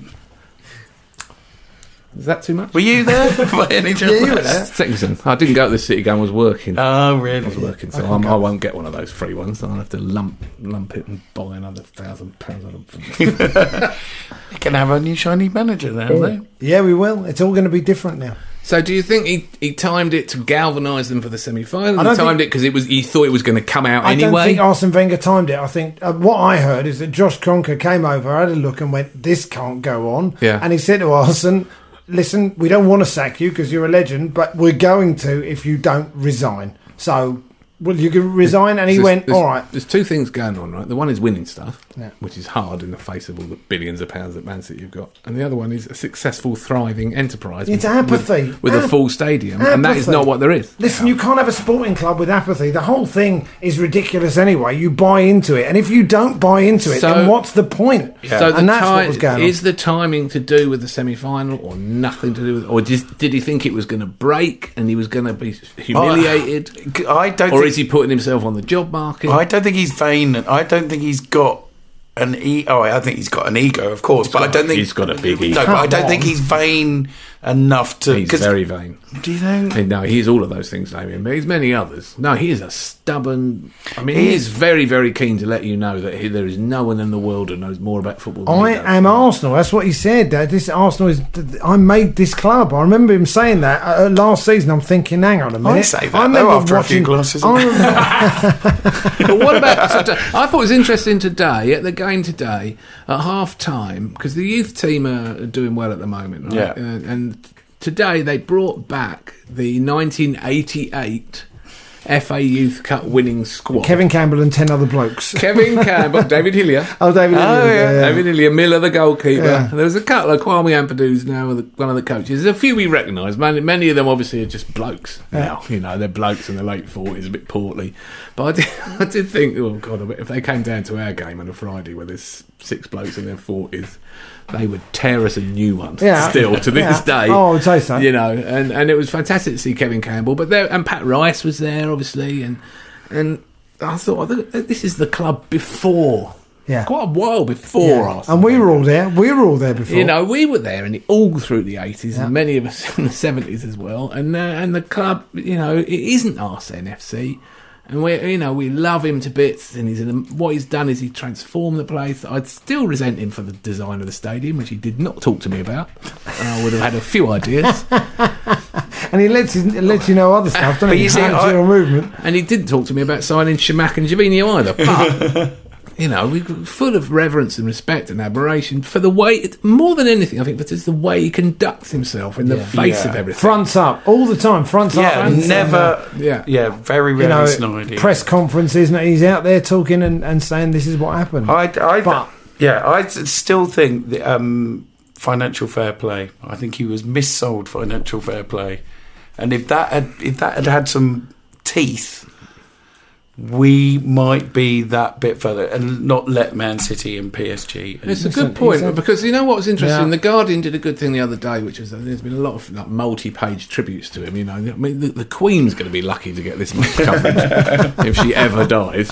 B: Is that too much?
C: Were you there by any chance?
D: you were there.
B: Sexton. I didn't go to the City game. I was working.
C: Oh,
B: I was
C: really?
B: working, so I'm, I won't get one of those free ones. I'll have to lump lump it and buy another thousand pounds. on them.
C: You can have a new shiny manager there, haven't they?
D: Yeah, we will. It's all going to be different now.
B: so, do you think he, he timed it to galvanise them for the semi final?
D: I
B: He
D: don't
B: timed
D: think-
B: it because it was he thought it was going to come out
D: I don't
B: anyway.
D: think oh, Arsene Wenger timed it. I think uh, what I heard is that Josh Conker came over, had a look, and went, "This can't go on."
B: Yeah.
D: And he said to Arsene, "Listen, we don't want to sack you because you're a legend, but we're going to if you don't resign. So, will you give- resign?" And he
B: There's-
D: went,
B: there's-
D: "All right."
B: There's two things going on, right? The one is winning stuff,
D: Yeah.
B: which is hard in the face of all the billions of pounds that Man City you've got, and the other one is a successful, thriving enterprise.
D: It's
B: with-
D: apathy.
B: with, with a
D: Ap-
B: full stadium, and that is
D: apathy.
B: not what there is.
D: Listen, you can't have a sporting club with apathy. The whole thing is ridiculous anyway. You buy into it, and if you don't buy into it,
B: So-
D: then what's the point?
B: So
D: and
B: the
D: that's
B: ti-
D: what was going on.
B: is the timing to do with the semi-final, or nothing to do with, or just, did he think it was going to break and he was going to be humiliated,
C: I don't.
B: or
C: think,
B: is he putting himself on the job market?
C: I don't think he's vain. and I don't think he's got an e. Oh, I think he's got an ego, of course, but I don't think
B: he's got a big ego.
C: No, but I don't
D: Come
C: think
D: on.
C: he's vain enough to.
B: He's
C: 'cause-
B: very vain.
C: Do you think?
B: And No, he's all of those things, Damien, but he's many others. No, he is a stubborn. I mean, he,
C: He
B: is very, very keen to let you know that he, there is no one in the world who knows more about football. Than he does.
D: I am Arsenal. That's what he said. That this Arsenal is. I made this club. I remember him saying that uh, uh, last season. I'm thinking, hang on a minute.
C: say that, though, after a few glasses.
D: I remember,
B: But what about today? I thought it was interesting today at the game today at half time because the youth team are doing well at the moment, right?
C: Yeah.
B: Uh, and today they brought back the 1988 FA Youth Cup winning squad.
D: Kevin Campbell and ten other blokes.
B: Kevin Campbell, David Hillier.
D: Oh, David.
C: Oh,
D: Lillard,
C: yeah.
B: David Ilya Miller, the goalkeeper.
D: Yeah.
B: And There was a couple of Kwame Ampedu's now, the- one of the coaches. There's a few we recognise. Many, many of them obviously are just blokes now. You know, they're blokes in the late 40s, a bit portly. But I did, I did think, oh, God, if they came down to our game on a Friday where there's six blokes in their 40s, they would tear us a new one
D: Yeah.
B: still to this
D: Yeah.
B: day.
D: Oh, I would say so.
B: You know, and, and it was fantastic to see Kevin Campbell. But there, and Pat Rice was there, obviously. And, and I thought, "Look, this is the club before
D: Yeah.
B: quite a while before us.
D: And we were all there. We were all there before.
B: you know, we were there in the, all through the eighties, and many of us in the seventies as well. And uh, and the club, you know, it isn't Arsene FC, and we, you know, we love him to bits. And he's in a, what he's done is he transformed the place. I'd still resent him for the design of the stadium, which he did not talk to me about. And I would have had a few ideas,
D: and he lets you, lets you know other stuff. Doesn't
C: But
D: he?
C: you see, I-
D: Managerial movement.
B: and he didn't talk to me about signing Shamak and Jabinho either. But you know, we we're full of reverence and respect and admiration for the way, it, more than anything, I think, but it's the way he conducts himself in the face
C: Yeah.
B: of everything.
D: Fronts up all the time. Fronts up.
C: Yeah,
D: fronts up.
C: never.
B: Yeah.
C: yeah, very
D: You
C: rarely
D: know,
C: snidey.
D: press conferences, and he's out there talking and, and saying this is what happened.
C: I, I,
D: But-
C: yeah, I s- still think the, um, financial fair play. I think he was missold financial fair play, and if that had if that had had some teeth, we might be that bit further and not let Man City and PSG. And,
B: It's a good
D: Decent,
B: point
D: decent.
B: because you know what was interesting.
D: Yeah.
B: The Guardian did a good thing the other day, which was there's been a lot of like multi-page tributes to him. You know, I mean, the, the Queen's going to be lucky to get this much coverage if she ever dies.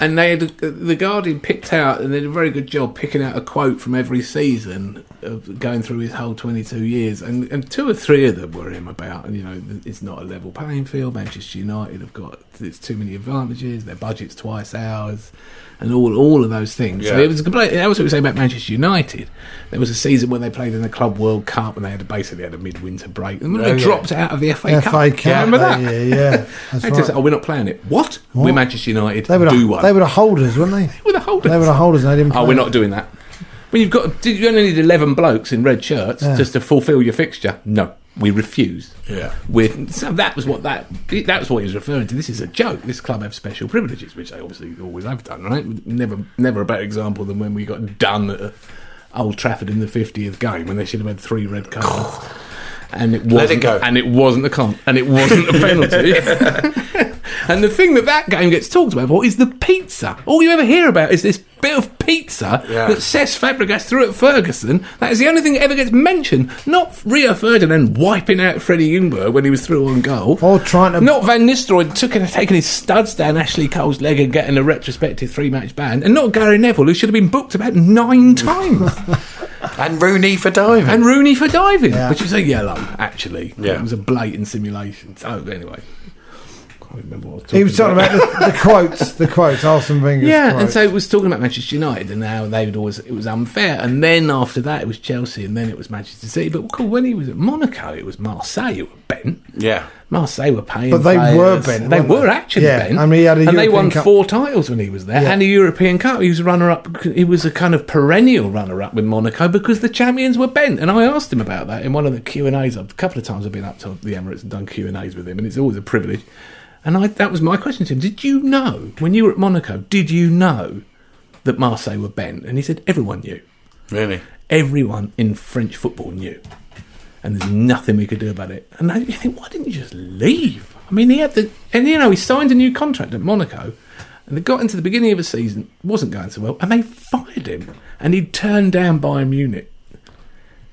B: and they had, the Guardian picked out and they did a very good job picking out a quote from every season of going through his whole 22 years, and and two or three of them were him about. And you know, it's not a level playing field. Manchester United have got it's too many advantages. Their budget's twice ours and all all of those things. So
C: Yeah.
B: it was a complete. That was what we say about Manchester United. There was a season when they played in the Club World Cup and they had a, basically had a midwinter break, and when they
C: Oh, yeah.
B: dropped out of the FA,
D: FA
B: Cup.
D: Cup.
B: Do you remember that?
D: Yeah, yeah. That's
B: They just said,
D: right.
B: oh, we're not playing it. What? We're Manchester United.
D: They were
B: do
D: the,
B: one.
D: they were the holders, weren't they?
B: We're the holders.
D: They were the holders. And they didn't.
B: oh,
D: play.
B: we're not doing that. When you've got, you only need eleven blokes in red shirts
D: Yeah.
B: just to fulfil your fixture. No. we refuse.
C: Yeah.
B: We're, so that was what that that was what he was referring to. This is a joke. This club have special privileges, which they obviously always have done, right? Never never a better example than when we got done at Old Trafford in the fiftieth game when they should have had three red cards. And it wasn't,
C: Let it go.
B: And it wasn't a con- and it wasn't a penalty. and the thing that that game gets talked about for is the pizza. All you ever hear about is this bit of pizza
C: Yeah.
B: that Cesc Fabregas threw at Ferguson. That is the only thing that ever gets mentioned. Not Rio Ferdinand wiping out Freddie Ingber when he was through on goal.
D: Or trying to-
B: Not Van Nistelrooy took, taking his studs down Ashley Cole's leg and getting a retrospective three match ban. And not Gary Neville, who should have been booked about nine times.
C: And Rooney for diving.
B: and Rooney for diving,
D: Yeah.
B: which was a yellow, actually.
C: Yeah.
B: It was a blatant simulation. So, anyway. can't remember what I was talking
D: He was talking about the, the quotes, the quotes, Arsene Wenger's
B: Yeah,
D: quotes.
B: and so it was talking about Manchester United and how they would always it was unfair. And then after that, it was Chelsea, and then it was Manchester City. But cool, when he was at Monaco, it was Marseille who were bent.
C: yeah.
B: Marseille were paying,
D: But they
B: players.
D: were bent,
B: They
D: weren't
B: were
D: they?
B: actually
D: Yeah,
B: bent.
D: I mean, he had a
B: and they
D: European
B: won
D: Cup.
B: four titles when he was there,
D: Yeah.
B: and a European Cup. He was runner-up. He was a kind of perennial runner-up with Monaco because the champions were bent. And I asked him about that in one of the Q and A's. A couple of times I've been up to the Emirates and done Q and A's with him, and it's always a privilege. And I, that was my question to him: Did you know when you were at Monaco? Did you know that Marseille were bent? And he said everyone knew.
C: Really?
B: Everyone in French football knew, and there's nothing we could do about it. And I, you think, why didn't you just leave? I mean, he had the, and you know, he signed a new contract at Monaco, and they got into the beginning of the season, wasn't going so well, and they fired him, and he turned down Bayern Munich,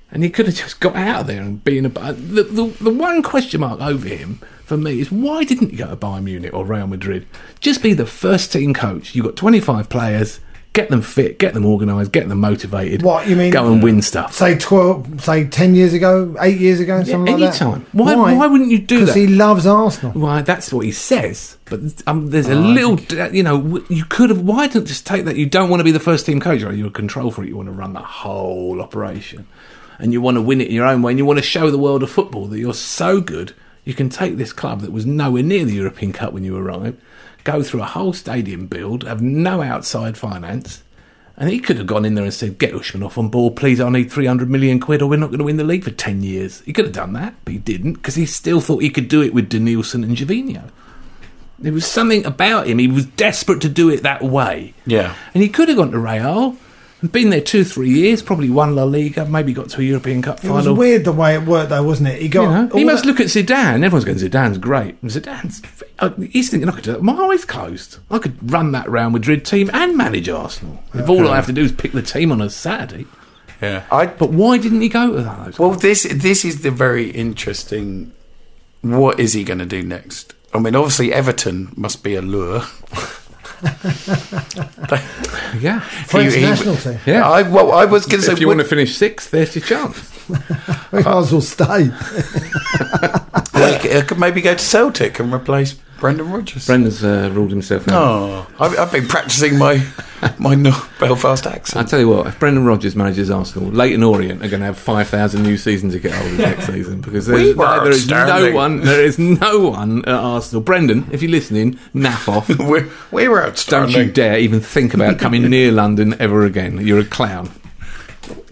B: and he could have just got out of there and been a. uh, The, the the one question mark over him for me is why didn't you go to Bayern Munich or Real Madrid? Just be the first team coach. You've got 25 players. Get them fit, get them organised, get them motivated.
D: What, you mean-
B: Go and win stuff.
D: say twelve, say ten years ago, eight years ago, something like that.
B: anytime. Why- why wouldn't you do
D: Because
B: that?
D: he loves Arsenal.
B: Why? that's what he says. But um, there's a little, d you know, w- you could have. Why didn't just take that? You don't want to be the first team coach, right? You're a control freak. You want to run the whole operation, and you want to win it in your own way, and you want to show the world of football that you're so good. You can take this club that was nowhere near the European Cup when you arrived, go through a whole stadium build, have no outside finance. And he could have gone in there and said, "Get Ushmanov on board, please. I need three hundred million quid, or we're not going to win the league for ten years." He could have done that, but he didn't because he still thought he could do it with Danielson and Jovino. There was something about him; he was desperate to do it that way.
C: Yeah.
B: and he could have gone to Real and been there two, three years, probably won La Liga, maybe got to a European Cup
D: It
B: final.
D: was weird the way it worked, though, wasn't it? He got.
B: You know,
D: all
B: he must
D: that-
B: look at Zidane. Everyone's going, Zidane's great. And Zidane's, uh, he's thinking, I could do that. My eyes closed. I could run that Real Madrid team and manage Arsenal. If all I have to do is pick the team on a Saturday.
C: Yeah. I
B: But why didn't he go to those?
C: Well, this this is the very interesting. What is he going to do next? I mean, obviously Everton must be a lure.
B: yeah.
D: French
C: he- he-
D: national team.
B: Yeah.
C: I, well, I was going to say,
B: if you
C: would-
B: want to finish sixth, there's your chance.
D: We might as well stay.
C: like, uh, could maybe go to Celtic and replace Brendan Rodgers.
B: Brendan's uh, ruled himself out.
C: oh, I've, I've been practicing my my North Belfast accent.
B: I tell you what, if Brendan Rodgers manages Arsenal, Leighton Orient are going to have five thousand new season ticket holders next season because there's,
C: We were
B: there is no
C: outstanding.
B: one, there is no one at Arsenal. Brendan, if you're listening, naff off.
C: We're, we were
B: Don't
C: outstanding.
B: you dare even think about coming near London ever again. You're a clown.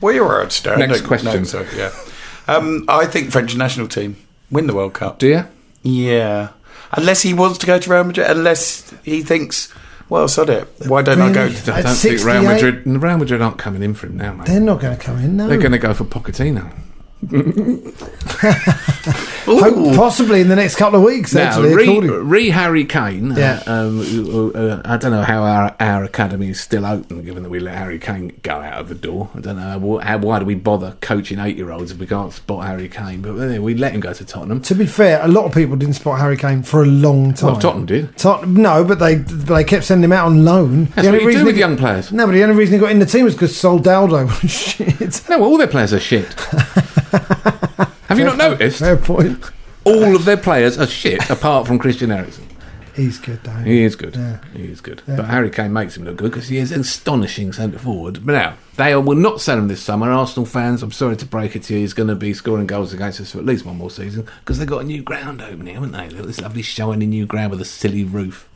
C: We were outstanding.
B: Next question.
C: No, sorry, yeah. Um, I think French national team win the World Cup.
B: Do you?
C: Yeah. Unless he wants to go to Real Madrid, unless he thinks, well, sod it. Why don't I go
D: Really?
C: to
B: I
D: At
B: don't think Real
D: 68?
B: Madrid. Real Madrid aren't coming in for him now, mate.
D: They're not going to come in. No,
B: They're going to go for Pochettino.
D: Hope- possibly in the next couple of weeks.
B: Now,
D: actually,
B: re,
D: according-
B: re Harry Kane. uh,
D: Yeah.
B: um, uh, uh, I don't know how our, our academy is still open, given that we let Harry Kane go out of the door. I don't know how, why do we bother coaching eight year olds if we can't spot Harry Kane? But anyway, we let him go to Tottenham.
D: To be fair, a lot of people didn't spot Harry Kane for a long time.
B: Well, Tottenham did.
D: Tot- no, but they they kept sending him out on loan.
B: That's what you do
D: he
B: with
D: got-
B: young players.
D: No, but the only reason he got in the team was because Soldado was shit.
B: No, all their players are shit. Have you not noticed?
D: Fair point.
B: All of their players are shit, apart from Christian Eriksen.
D: He's good though.
B: He is good.
D: Yeah.
B: He is good. But Harry Kane makes him look good because he is an astonishing centre forward. But now, they will not sell him this summer. Arsenal fans, I'm sorry to break it to you, he's going to be scoring goals against us for at least one more season because they've got a new ground opening, haven't they? Look, this lovely shiny new ground with a silly roof.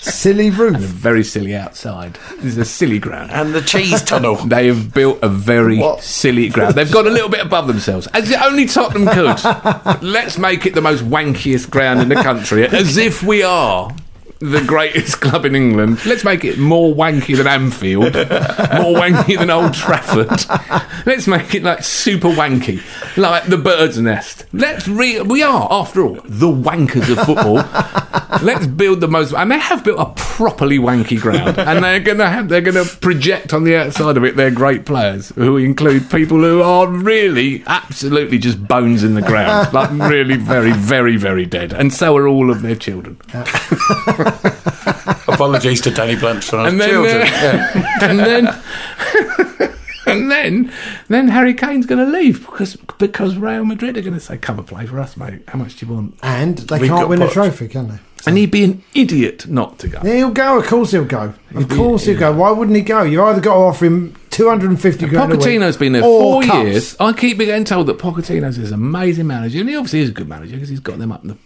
D: Silly roof.
B: Very silly outside. This is a silly ground.
C: And the cheese tunnel.
B: They have built a very
C: What?
B: silly ground. They've gone a little bit above themselves, as only Tottenham could. Let's make it the most wankiest ground in the country, as if we are the greatest club in England. Let's make it more wanky than Anfield, more wanky than Old Trafford. Let's make it like super wanky, like the bird's nest. Let's re- we are, after all, the wankers of football. Let's build the most, and they have built a properly wanky ground, and they're gonna have, they're gonna project on the outside of it their great players, who include people who are really, absolutely just bones in the ground, like really, very, very, very dead, and so are all of their children.
C: Apologies to Danny Blunt for
B: And then,
C: children.
B: uh, and then, and then, then Harry Kane's going to leave because because Real Madrid are going to say, "Come and play for us, mate. How much do you want?"
D: And they
C: We've
D: can't
C: got
D: win a
C: Poch.
D: trophy, can they?
B: And he'd be an idiot not to go.
D: Yeah, he'll go. Of course he'll go. Of course he'll go. Why wouldn't he go? You've either got to offer him 250 grand a week
B: Pochettino's been there four
D: or cups.
B: years. I keep getting told that Pochettino's is an amazing manager, and he obviously is a good manager because he's got them up in the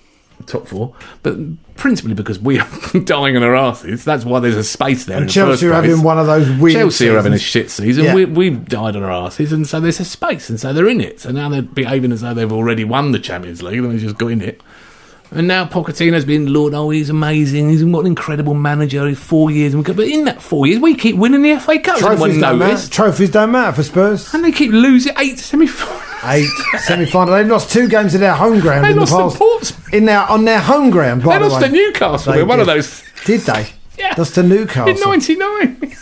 B: top four. But principally because we are dying on our asses. That's why there's a space there. in
D: And
B: the
D: Chelsea
B: first
D: are having
B: place.
D: one of those weird
B: Chelsea are having a
D: seasons.
B: shit season.
D: Yeah.
B: We, we've died on our asses, and so there's a space, and so they're in it. So now they're behaving as though they've already won the Champions League, and they just got in it. And now Pochettino's been Lord, oh, he's amazing. He's what an incredible manager. He's four years, and we got, but in that four years, we keep winning the FA Cup. No
D: Trophies
B: one
D: don't, matter.
B: noticed,
D: Trophies don't matter for Spurs.
B: and they keep losing eight semi-finals.
D: Eight semi-final. They've lost two games in their home ground
B: They
D: in
B: lost
D: the
B: to
D: past.
B: Portsmouth.
D: in their on their home ground. By
B: They
D: the
B: lost
D: way.
B: to Newcastle.
D: They
B: in one of
D: did.
B: those
D: Did they?
B: Yeah.
D: Lost to
B: in
D: Newcastle.
B: '99.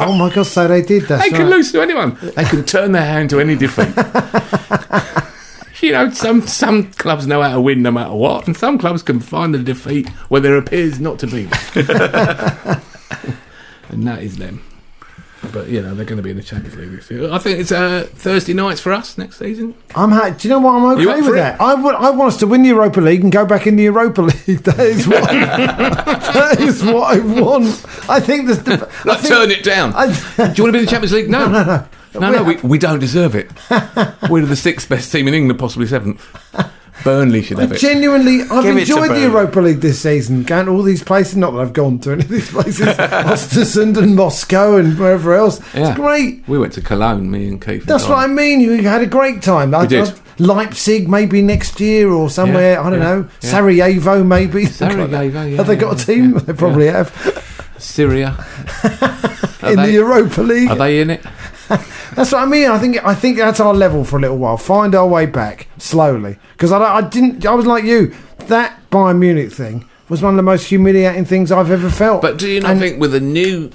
D: Oh my God! So they did. That's
B: They can
D: right.
B: lose to anyone. They can turn their hand to any defeat. you know, some some clubs know how to win no matter what, and some clubs can find the defeat where there appears not to be. one. and that is them. But you know they're going to be in the Champions League this year. I think it's uh, Thursday nights for us next season.
D: I'm ha- Do you know what? I'm
B: You up
D: okay
B: for
D: with
B: it?
D: that. I would. I want us to win the Europa League and go back in the Europa League. That is what. that is what I want. I think this. I
B: Like,
D: think,
B: turn it down.
D: I-
B: Do you want to be in the Champions League? No, no, no, no. No, we, we don't deserve it. We're the sixth best team in England, possibly seventh. Burnley should have it.
D: Genuinely, I've
C: Give it to
D: enjoyed the
C: Burnley.
D: Europa League this season. Going to all these places, not that I've gone to any of these places, Ostersund and Moscow and wherever else.
B: Yeah.
D: It's great.
B: We went to Cologne, me and Keith. and
D: That's
B: Dom.
D: what I mean. You had a great time. I,
B: did.
D: I- Leipzig, maybe next year or somewhere.
B: Yeah,
D: I don't
B: yeah,
D: know.
B: yeah.
D: Sarajevo, maybe.
B: Sarajevo, yeah,
D: Have they
B: yeah,
D: got a
B: yeah,
D: team?
B: yeah,
D: they probably have.
B: Syria. Are
D: in
B: they,
D: the Europa League.
B: Are they in it?
D: That's what I mean. I think I think that's our level for a little while. Find our way back slowly because I, don't- I didn't. I was like you. That Bayern Munich thing was one of the most humiliating things I've ever felt.
B: But do you not
D: And-
B: think with a new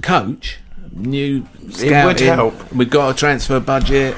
B: coach, new
C: would
B: scouting,
C: help.
B: We've got a transfer budget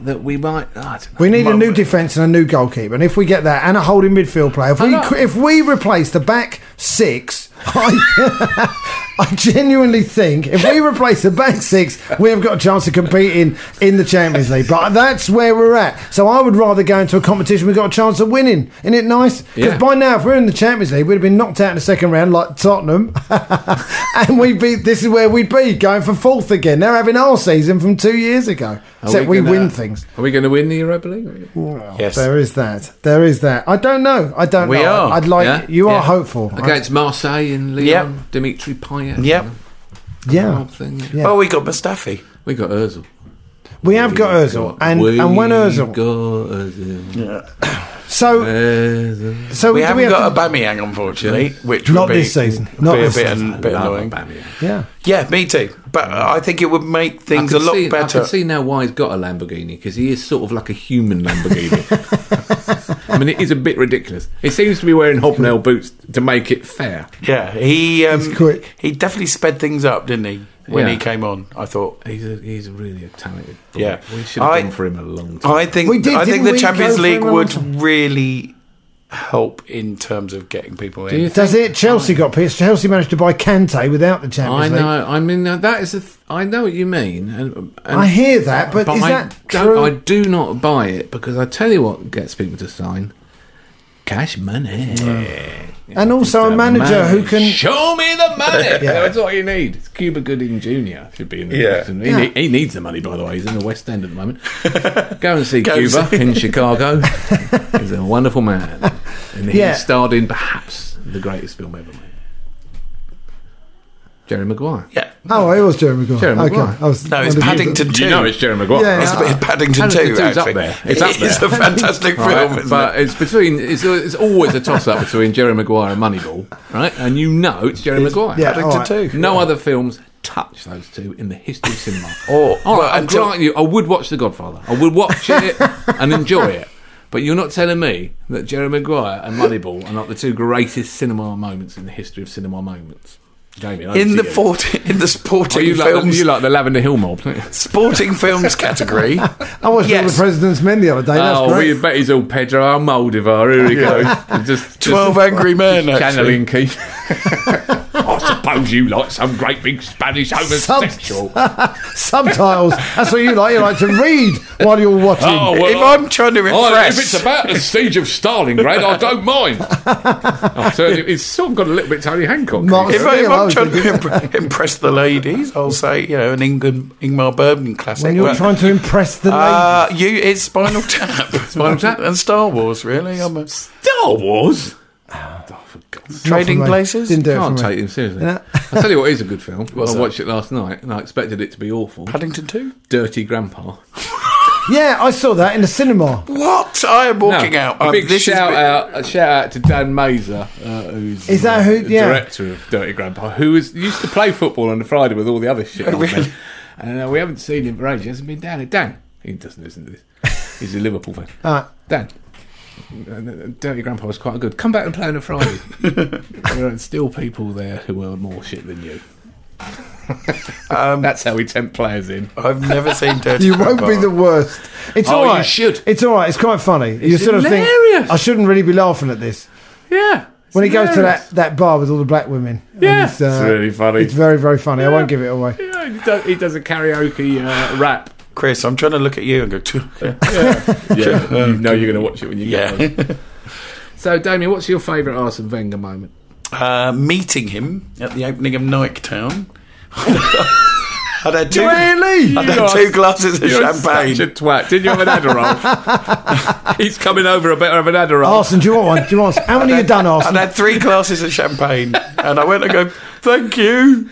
B: that we might. I don't know.
D: We need a new defence and a new goalkeeper, and if we get that and a holding midfield player, if we
B: know.
D: if we replace the back six, I, I genuinely think if we replace the back six, we have got a chance of competing in the Champions League. But that's where we're at. So I would rather go into a competition we've got a chance of winning. Isn't it nice? Because
B: Yeah.
D: by now, if we're in the Champions League, we'd have been knocked out in the second round like Tottenham, and we be this is where we'd be going for fourth again. They're having our season from two years ago,
B: Are
D: except we
B: gonna-
D: win things.
B: Are we going to win the Europa League?
C: Yes.
D: There is that. There is that. I don't know. I don't
B: We
D: know.
B: are.
D: I'd like
B: Yeah,
D: you are
B: yeah.
D: hopeful. I-
B: Against Marseille and Lyon,
C: Yep.
B: Dimitri Payet.
C: Yep.
D: yeah.
B: Thing.
D: Yeah.
C: Oh, we got Mustafi.
B: We got Özil.
D: We have got Özil and
B: we
D: and when Özil.
B: got Özil.
D: so
B: Özil.
D: so
C: We
D: do
C: haven't
D: we
C: got
D: have to,
C: Aubameyang, unfortunately, which
D: Not
C: would be,
D: this season. Not
C: be
D: this
C: a bit,
D: season.
C: bit annoying.
B: Aubameyang.
D: yeah.
C: Yeah, me too. But uh, I think it would make
B: I
C: things a
B: can
C: lot
B: see, I
C: better.
B: can see now why he's got a Lamborghini because he is sort of like a human Lamborghini. I mean, it is a bit ridiculous. It seems to be wearing hobnail boots to make it fair.
C: Yeah, he um,
D: quick.
C: He definitely sped things up, didn't he? When
B: Yeah.
C: he came on, I thought.
B: He's a, he's a really a talented. boy.
C: Yeah.
B: we should have
C: I-
B: gone for him a long time.
C: I think
D: We did,
C: I think
D: didn't
C: the
D: we
C: Champions
D: go for
C: League
D: him
C: would
D: last time?
C: really help in terms of getting people in.
B: you
D: Does it? Chelsea got pissed. Chelsea managed to buy Kante without the Champions
B: I
D: League.
B: know. I mean, now that is. A th- I know what you mean. And, and
D: I hear that, but, is
B: I
D: that
B: don't,
D: true?
B: I do not buy it because I tell you what gets people to sign cash money.
D: and also a manager who can.
B: show me the money.
D: Yeah.
B: That's what you need. It's Cuba Gooding Jr. should be in the
C: Yeah.
B: yeah. He,
D: Yeah.
B: ne- he needs the money, by the way. He's in the West End at the moment. Go and see
C: Go and
B: Cuba
C: see-
B: in Chicago. He's a wonderful man, and he
D: Yeah.
B: starred in perhaps the greatest film ever made. Jerry Maguire.
C: Yeah.
D: Oh, it was Jerry Maguire.
B: Jerry
D: okay.
B: Maguire.
D: I was
C: No, it's
D: wondering-
C: Paddington 2.
F: You know it's Jerry Maguire.
D: Yeah,
C: It's, it's Paddington
B: Ah. Paddington
C: 2,
B: 2 's up
C: actually.
B: there. It's up
C: It's
B: there.
C: a fantastic film,
B: Right,
C: isn't
B: but
C: it?
B: it's between it's, it's always a toss up between Jerry Maguire and Moneyball, right? And you know it's Jerry Maguire.
D: yeah.
C: Paddington
D: All
C: 2.
D: right.
B: No other films touch those two in the history of cinema.
C: Or-
B: All right,
C: Oh, well,
B: I'm
C: until-
B: granting you, I would watch The Godfather. I would watch it and enjoy it. But you're not telling me that Jerry Maguire and Moneyball are not the two greatest cinema moments in the history of cinema moments. Jamie, over
C: In the,
B: to you.
C: 40, in the
B: Are
C: sporting
B: you like, the,
C: films
B: you like the Lavender Hill mob? don't you?
C: sporting films category,
D: I watched all
C: Yes.
D: the President's Men the other day. That's
B: oh,
D: great.
B: we bet he's all Pedro Almodovar. Here he goes. Just,
C: 12 Angry Men. actually.
B: channeling Keith. I suppose you like some great big Spanish homosexual.
D: Subtitles. That's what you like. You like to read while you're watching.
B: Oh, well,
C: If I'm trying to
B: Oh,
C: impress.
B: if it's about the siege of Stalingrad, I don't mind. I've turned it, it's sort of got a little bit Tony Hancock.
D: Mark-
C: If, I,
D: Yeah,
C: if
D: I
C: I'm
D: was
C: trying to impre- impress the ladies, I'll say, you know, an England, Ingmar Bergman classic.
D: when you're
C: Well,
D: trying to impress the lady.
C: uh, you, it's Spinal Tap. Spinal
B: Tap.
C: And Star Wars, really. I'm a,
B: Star Wars. Oh,
C: trading
D: Not for me.
C: places?
D: Didn't do it
B: Can't
D: for me.
B: take him seriously. I'll tell you what is a good film. I watched it last night and I expected it to be awful.
C: Paddington 2?
B: Dirty Grandpa.
D: Yeah, I saw that in the cinema.
C: What? I am walking
B: No,
C: out.
B: A
C: Um,
B: big
C: this is
B: shout
C: big-
B: out, a shout out to Dan Mazer, uh, who's
D: Is that who-
B: the
D: yeah.
B: director of Dirty Grandpa, who was used to play football on a Friday with all the other shit. on
C: really?
B: there. And uh, we haven't seen him for ages. He hasn't been down. here. Dan, he doesn't listen to this. He's a Liverpool fan.
D: Right.
B: Dan, uh, Dirty Grandpa was quite good. Come back and play on a Friday. there are still people there who are more shit than you.
D: Um,
B: That's how we tempt players in.
C: I've never seen Dirty
D: You won't be
C: Grandpa.
D: the worst. It's
B: Oh,
D: all
B: you
D: right.
B: should.
D: It's all right. It's quite funny. you sort of
B: hilarious.
D: think I shouldn't really be laughing at this.
B: Yeah.
D: When he goes to that, that bar with all the black women. and
B: Yeah.
D: it's, uh,
B: It's really funny.
D: It's very very funny. I won't give it away.
B: Yeah, he does, he does a karaoke uh, rap.
C: Chris, I'm trying to look at you and go,
B: Yeah, you know you're going to watch it when you get home.
C: yeah.
B: So, Damien, what's your favourite Arsene Wenger moment?
C: uh, meeting him at the opening of Nyketown. I'd had two,
D: Really?
C: I'd had
B: You are-
C: two glasses of champagne.
B: such a twat. Didn't you have an Adderall? He's coming over. I better have an
C: Oh,
B: Adderall.
D: Arson, do you want one? Do you want? Some? How many you done,
C: I'd
D: Arson?
C: had three glasses of champagne, and I went and go, "Thank you."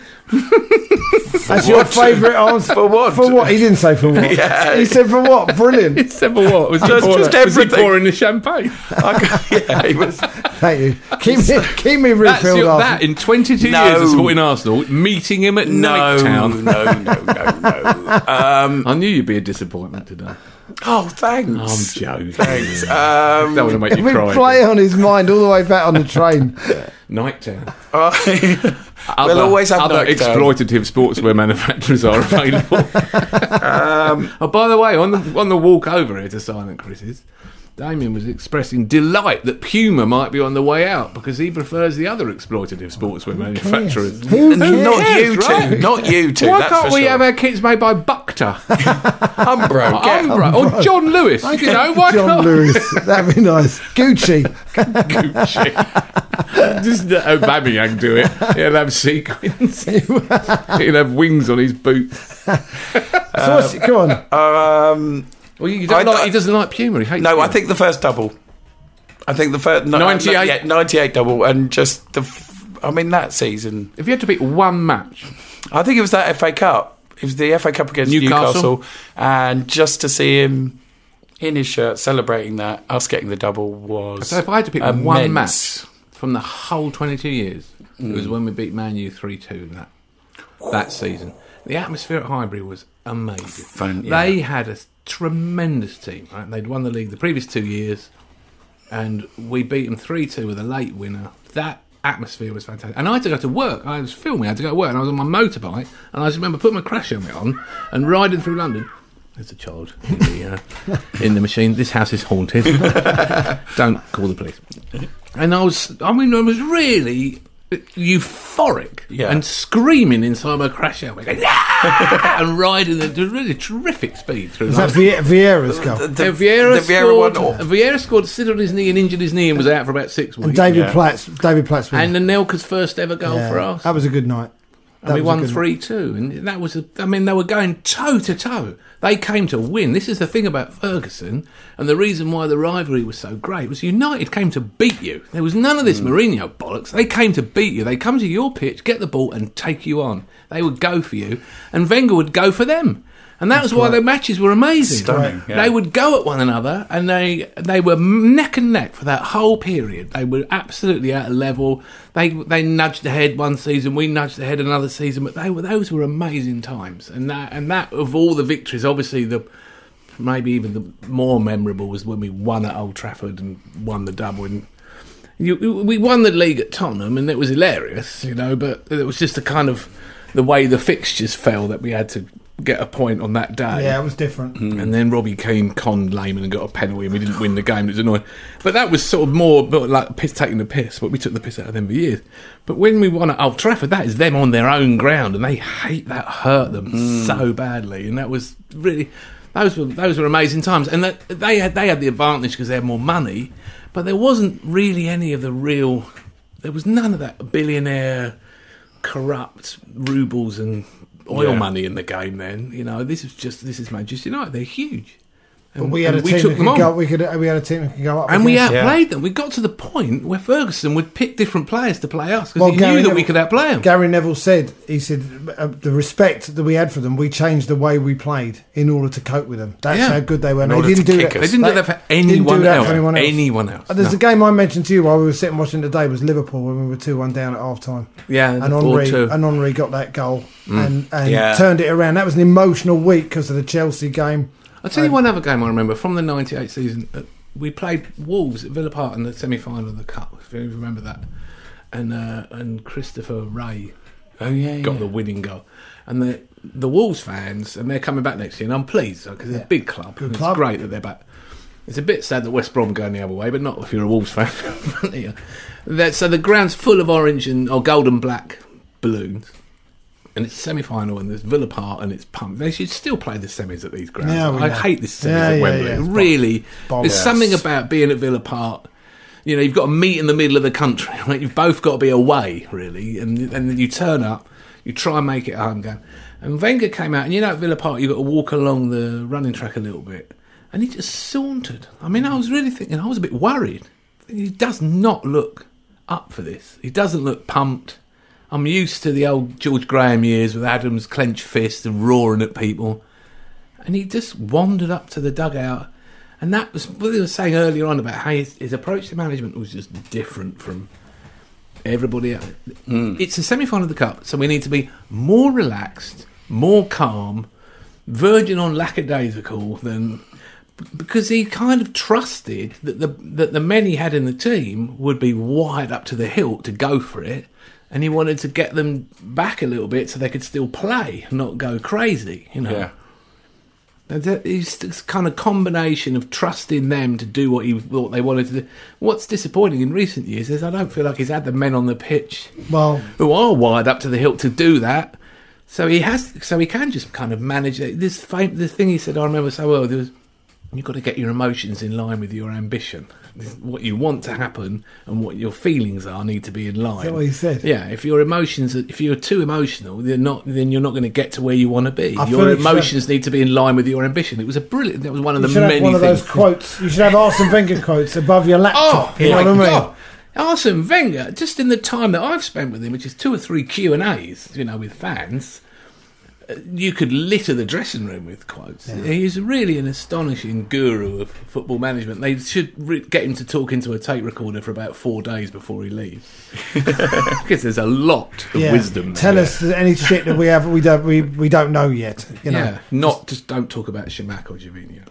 D: That's your
C: what?
D: favourite answer.
C: For what?
D: For what? He didn't say for what.
C: Yeah.
D: He said for what? Brilliant.
B: Said for what? Was he,
C: Just-
B: pouring,
C: just
B: was he
C: everything.
B: pouring the champagne?
C: I go- yeah, he was.
D: Thank you. Keep me, keep me
B: That's
D: refilled,
B: your,
D: Arson.
B: that in 22
C: No.
B: years of supporting Arsenal, meeting him at
C: No,
B: Night
C: no,
B: Town.
C: no, no, no. Um,
B: I knew you'd be a disappointment today.
C: oh,
B: I'm
C: thanks.
B: joking.
C: thanks. Um,
B: That would make you
D: Been play
B: cry.
D: on his mind all the way back on the train.
B: Night Town.
C: I-
B: Other,
C: always have
B: other
C: Night Town.
B: exploitative sportswear manufacturers are available.
C: Um,
B: oh, by the way, on the on the walk over here to Silent Chris's, Damien was expressing delight that Puma might be on the way out because he prefers the other exploitative sportswear manufacturers.
C: not
B: cares,
C: you two.
B: right?
C: Not you two.
B: Why
C: that's
B: can't
C: for
B: we
C: sure.
B: have our kits made by Buckter,
C: Umbro? Get
B: Umbro, or John Lewis? You know, why
D: John
B: can't
D: Lewis. That'd be nice. Gucci.
B: Gucci? Just let Aubameyang do it. He'll have sequins. He'll have wings on his boots. Uh,
D: So what's, come on.
C: Um,
B: Well, you don't
C: I-
B: like, he doesn't like Puma. He hates
C: No, I
B: Puma.
C: think the first double. I think the first no,
B: 98?
C: no, yeah, 98 double, and just the. F- I mean that season.
B: If you had to pick one match,
C: I think it was that FA Cup. It was the FA Cup against
B: Newcastle.
C: Newcastle, and just to see him in his shirt celebrating that us getting the double was.
B: so if I had to
C: Uh,
B: pick one match
C: immense.
B: from the whole 22 years, it was when we beat Man U 3 2 in that, that season. The atmosphere at Highbury was amazing.
C: Fan-
B: They had a tremendous team. Right? They'd won the league the previous two years, and we beat them 3 2 with a late winner. That atmosphere was fantastic. And I had to go to work. I was filming, I had to go to work, and I was on my motorbike, and I just remember putting my crash helmet on and riding through London. There's a child in the, uh, in the machine. This house is haunted. Don't call the police. And I was, I mean, I was really euphoric
C: Yeah.
B: and screaming inside my crash helmet, going, "Yeah!" and riding at a really terrific speed through.
D: Is that
B: London.
D: Vie- Vieira's goal?
C: The,
B: And Vieira,
C: the Vieira one.
B: scored,
C: Oh. or-
B: Vieira scored, stood on his knee and injured his knee and was out for about six weeks.
D: David
C: Yeah.
D: Platt's David Platt's win.
B: and Anelka's first ever goal
D: Yeah,
B: for us.
D: That was a good night. That
B: and we
D: was a
B: won
D: good one.
B: three two, and that was a, I mean they were going toe to toe. They came to win. This is the thing about Ferguson, and the reason why the rivalry was so great was United came to beat you. There was none of this
D: Hmm.
B: Mourinho bollocks. They came to beat you. They come to your pitch, get the ball, and take you on. They would go for you, and Wenger would go for them. And that was why their matches were amazing.
C: Stunning, yeah.
B: They would go at one another, and they they were neck and neck for that whole period. They were absolutely at a level. They they nudged ahead one season, we nudged ahead another season, but they were those were amazing times. And that and that of all the victories, obviously the maybe even the more memorable was when we won at Old Trafford and won the double. And you, we won the league at Tottenham, and it was hilarious, you know. But it was just the kind of the way the fixtures fell that we had to get a point on that day.
D: Yeah, it was different.
B: Mm. And then Robbie Keane conned Lehman and got a penalty, and we didn't win the game. It was annoying, but that was sort of more but like piss taking the piss. But we took the piss out of them for years. But when we won at Old Trafford, that is them on their own ground, and they hate that hurt them so badly. And that was really those were those were amazing times. And that they had they had the advantage because they had more money, but there wasn't really any of the real. There was none of that billionaire corrupt rubles and oil
C: Yeah.
B: money in the game. Then you know this is just this is Manchester United. They're huge, and
D: But we had a
B: and
D: team that
B: took them
D: could
B: on.
D: go. We could. We had a team that could go up.
B: and we
D: against-
B: outplayed them. We got to the point where Ferguson would pick different players to play us because
D: Well,
B: he
D: Gary
B: knew that
D: Neville-
B: we could outplay them.
D: Gary Neville said he said uh, the respect that we had for them. We changed the way we played in order to cope with them. That's
B: Yeah.
D: how good they were. And
C: order
D: they didn't
C: to
D: do
C: kick
D: that.
C: us.
B: they didn't do that for anyone,
D: that for
B: else.
D: anyone else.
B: Anyone else?
D: Uh, There's
B: no.
D: a game I mentioned to you while we were sitting watching today was Liverpool when we were two one down at half time.
B: Yeah,
D: and
B: the four
D: Henri
B: two. Mm.
D: and Henri got that goal and, and
C: Yeah.
D: turned it around. That was an emotional week because of the Chelsea game.
B: I'll tell you one other game I remember from the 98 season. Uh, we played Wolves at Villa Park in the semi final of the Cup, if you remember that. And uh, and Christopher Ray
C: Oh yeah,
B: got the winning goal. And the the Wolves fans, and they're coming back next year, and I'm pleased because they're a big club. and
D: club.
B: It's great that they're back. It's a bit sad that West Brom going the other way, but not if you're a Wolves fan. Yeah. that, so the ground's full of orange and or golden black balloons. And it's semi final, and there's Villa Park, and it's pumped. They should still play the semis at these grounds.
D: Yeah, we
B: I
D: know.
B: hate this semis
D: Yeah,
B: at
D: yeah,
B: Wembley.
D: yeah, it's
B: really,
D: bomb-
B: there's
D: yes.
B: something about being at Villa Park you know, you've got to meet in the middle of the country. Right? You've both got to be away, really. And and then you turn up, you try and make it a home game. And Wenger came out, and you know, at Villa Park, you've got to walk along the running track a little bit. And he just sauntered. I mean, I was really thinking, I was a bit worried. He does not look up for this. He doesn't look pumped. I'm used to the old George Graham years with Adams clenched fist and roaring at people and he just wandered up to the dugout. And that was what they were saying earlier on about how his, his approach to management was just different from everybody else. It's a semi final of the cup, so we need to be more relaxed, more calm, verging on lackadaisical than because he kind of trusted that the that the men he had in the team would be wired up to the hilt to go for it, and he wanted to get them back a little bit so they could still play, not go crazy,
C: oh,
B: you know.
F: Yeah.
B: Now, that is this kind of combination of trusting them to do what you thought they wanted to do. What's disappointing in recent years is I don't feel like he's had the men on the pitch
D: Well,
B: who are wired up to the hilt to do that. So he has, so he can just kind of manage it. This fam- the thing he said I remember so well. There was, you've got to get your emotions in line with your ambition. This- What you want to happen and what your feelings are need to be in line.
D: that what he said?
B: Yeah, if your emotions, are- if you're too emotional, they're not, then you're not going to get to where you want to be.
D: I
B: your
D: fully accept-
B: emotions need to be in line with your ambition. It was a brilliant. That was one of
D: you
B: the
D: should
B: many
D: have one of
B: things.
D: those quotes. You should have Arsene Wenger quotes above your
B: Oh,
D: laptop. you know
B: my
D: what I mean?
B: God. Arsene Wenger, just in the time that I've spent with him, which is two or three Q and A's, you know, with fans, uh, you could litter the dressing room with quotes. He's really an astonishing guru of football management. They should re- get him to talk into a tape recorder for about four days before he leaves, because there's a lot of
D: Yeah.
B: wisdom. there.
D: Tell us any shit that we have we don't we, we don't know yet. You know.
B: yeah, not just don't talk about Shamak or Javinho.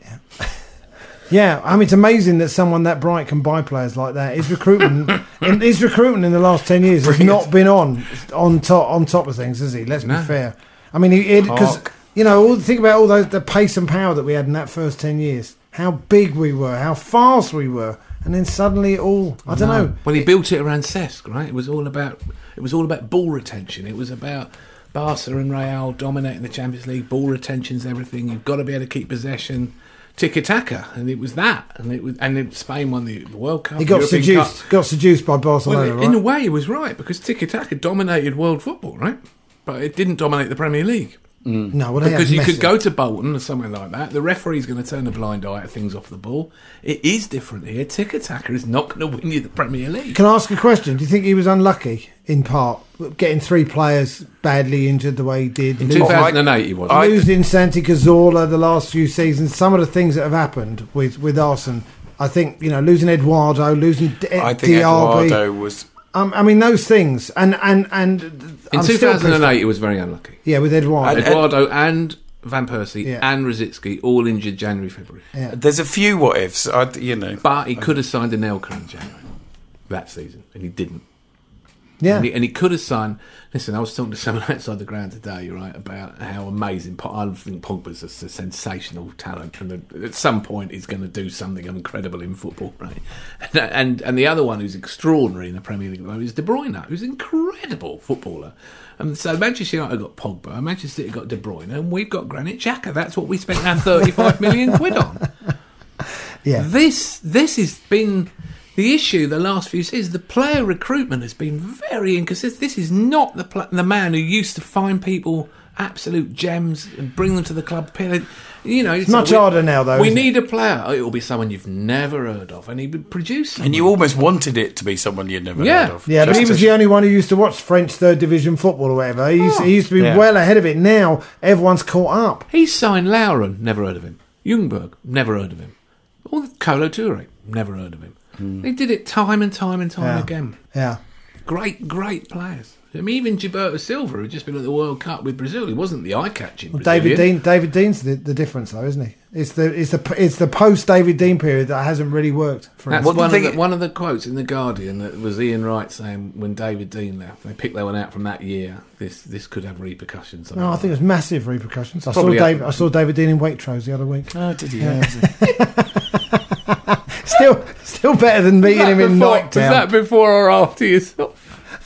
D: Yeah, I mean, it's amazing that someone that bright can buy players like that. His recruitment, in, his recruitment in the last ten years has not been on on top on top of things, has he? Let's
B: No.
D: be fair. I mean, he because
B: Hark.
D: you know, all, think about all those the pace and power that we had in that first ten years. How big we were, how fast we were, and then suddenly it all I don't know.
B: Well, he built it around Cesc, right? It was all about it was all about ball retention. It was about Barca and Real dominating the Champions League. Ball retention's everything. You've got to be able to keep possession. Tiki taka, and it was that, and it was, and it, Spain won the World Cup.
D: He got
B: European
D: seduced,
B: Cup.
D: got seduced by
B: Well,
D: Barcelona.
B: in a
D: right?
B: way, he was right because tiki taka dominated world football, right? but it didn't dominate the Premier League.
D: No, well, they had
B: Because you
D: Messi.
B: could go to Bolton or somewhere like that. The referee's going to turn a blind eye at things off the ball. It is different here. Tick attacker is not going to win you the Premier League.
D: Can I ask a question? Do you think he was unlucky in part getting three players badly injured the way he did?
B: In
D: losing-
B: 2008, he was.
C: I-
D: losing Santi Cazorla the last few seasons, some of the things that have happened with with Arsenal, I think you know losing Eduardo, losing D-
C: I think
D: Diaby.
C: Eduardo was.
D: Um, I mean those things, and and and
B: in
D: I'm still pissed off.
B: 2008, he was very unlucky.
D: yeah, with Eduardo.
C: And-
B: Eduardo and Van Persie
D: Yeah.
B: and Rosicki all injured January, February.
C: There's a few what ifs. I, you know,
B: But he could have signed an Elka in January that season, and he didn't.
D: yeah,
B: And, he, and he could have signed. Listen, I was talking to someone outside the ground today, right, about how amazing. Po- I think Pogba's a, s- sensational talent, and the, at some point he's going to do something incredible in football, right? And, and and the other one who's extraordinary in the Premier League at the moment is De Bruyne, who's an incredible footballer. And so Manchester United got Pogba, Manchester City got De Bruyne, and we've got Granit Xhaka. That's what we spent our thirty-five million quid on
D: yeah.
B: this this has been the issue the last few seasons. The player recruitment has been very inconsistent. This is not the pl- the man who used to find people absolute gems and bring them to the club. Pin- You know, it's
D: much
B: we-
D: harder now, though,
B: We
D: isn't it?
B: need a player. Oh, It'll be someone you've never heard of, and he would produce. Someone.
C: and you almost wanted it to be someone you'd never
B: Yeah.
C: heard of.
D: Yeah, but
C: Just
D: he was
C: to-
D: the only one who used to watch French third division football or whatever. He used, he used to be
C: Yeah.
D: well ahead of it. Now everyone's caught up.
B: He signed Lauren, never heard of him. Jungberg, never heard of him. Or Colo Touré, never heard of him. They did it time and time and time
D: Hmm. Yeah.
B: again.
D: Yeah,
B: great, great players. I mean, even Gilberto Silva, who'd just been at the World Cup with Brazil, he wasn't the eye-catching.
D: David
B: Brazilian.
D: Dean. David Dean's the, the difference, though, isn't he? It's the it's the it's the post David Dean period that hasn't really worked for him.
B: That's
C: Well, the
B: one,
C: thing
B: of
C: i-
B: the, one of the quotes in the Guardian that was Ian Wright saying when David Dean left, they picked that one out from that year. This this could have repercussions.
D: No, I think it was massive repercussions. I
B: Probably,
D: saw
B: yeah.
D: Dave, I saw David Dean in Waitrose the other week.
C: Oh, did he?
D: Still, still better than meeting him in
B: before, was that
D: lockdown.
B: before or after yourself?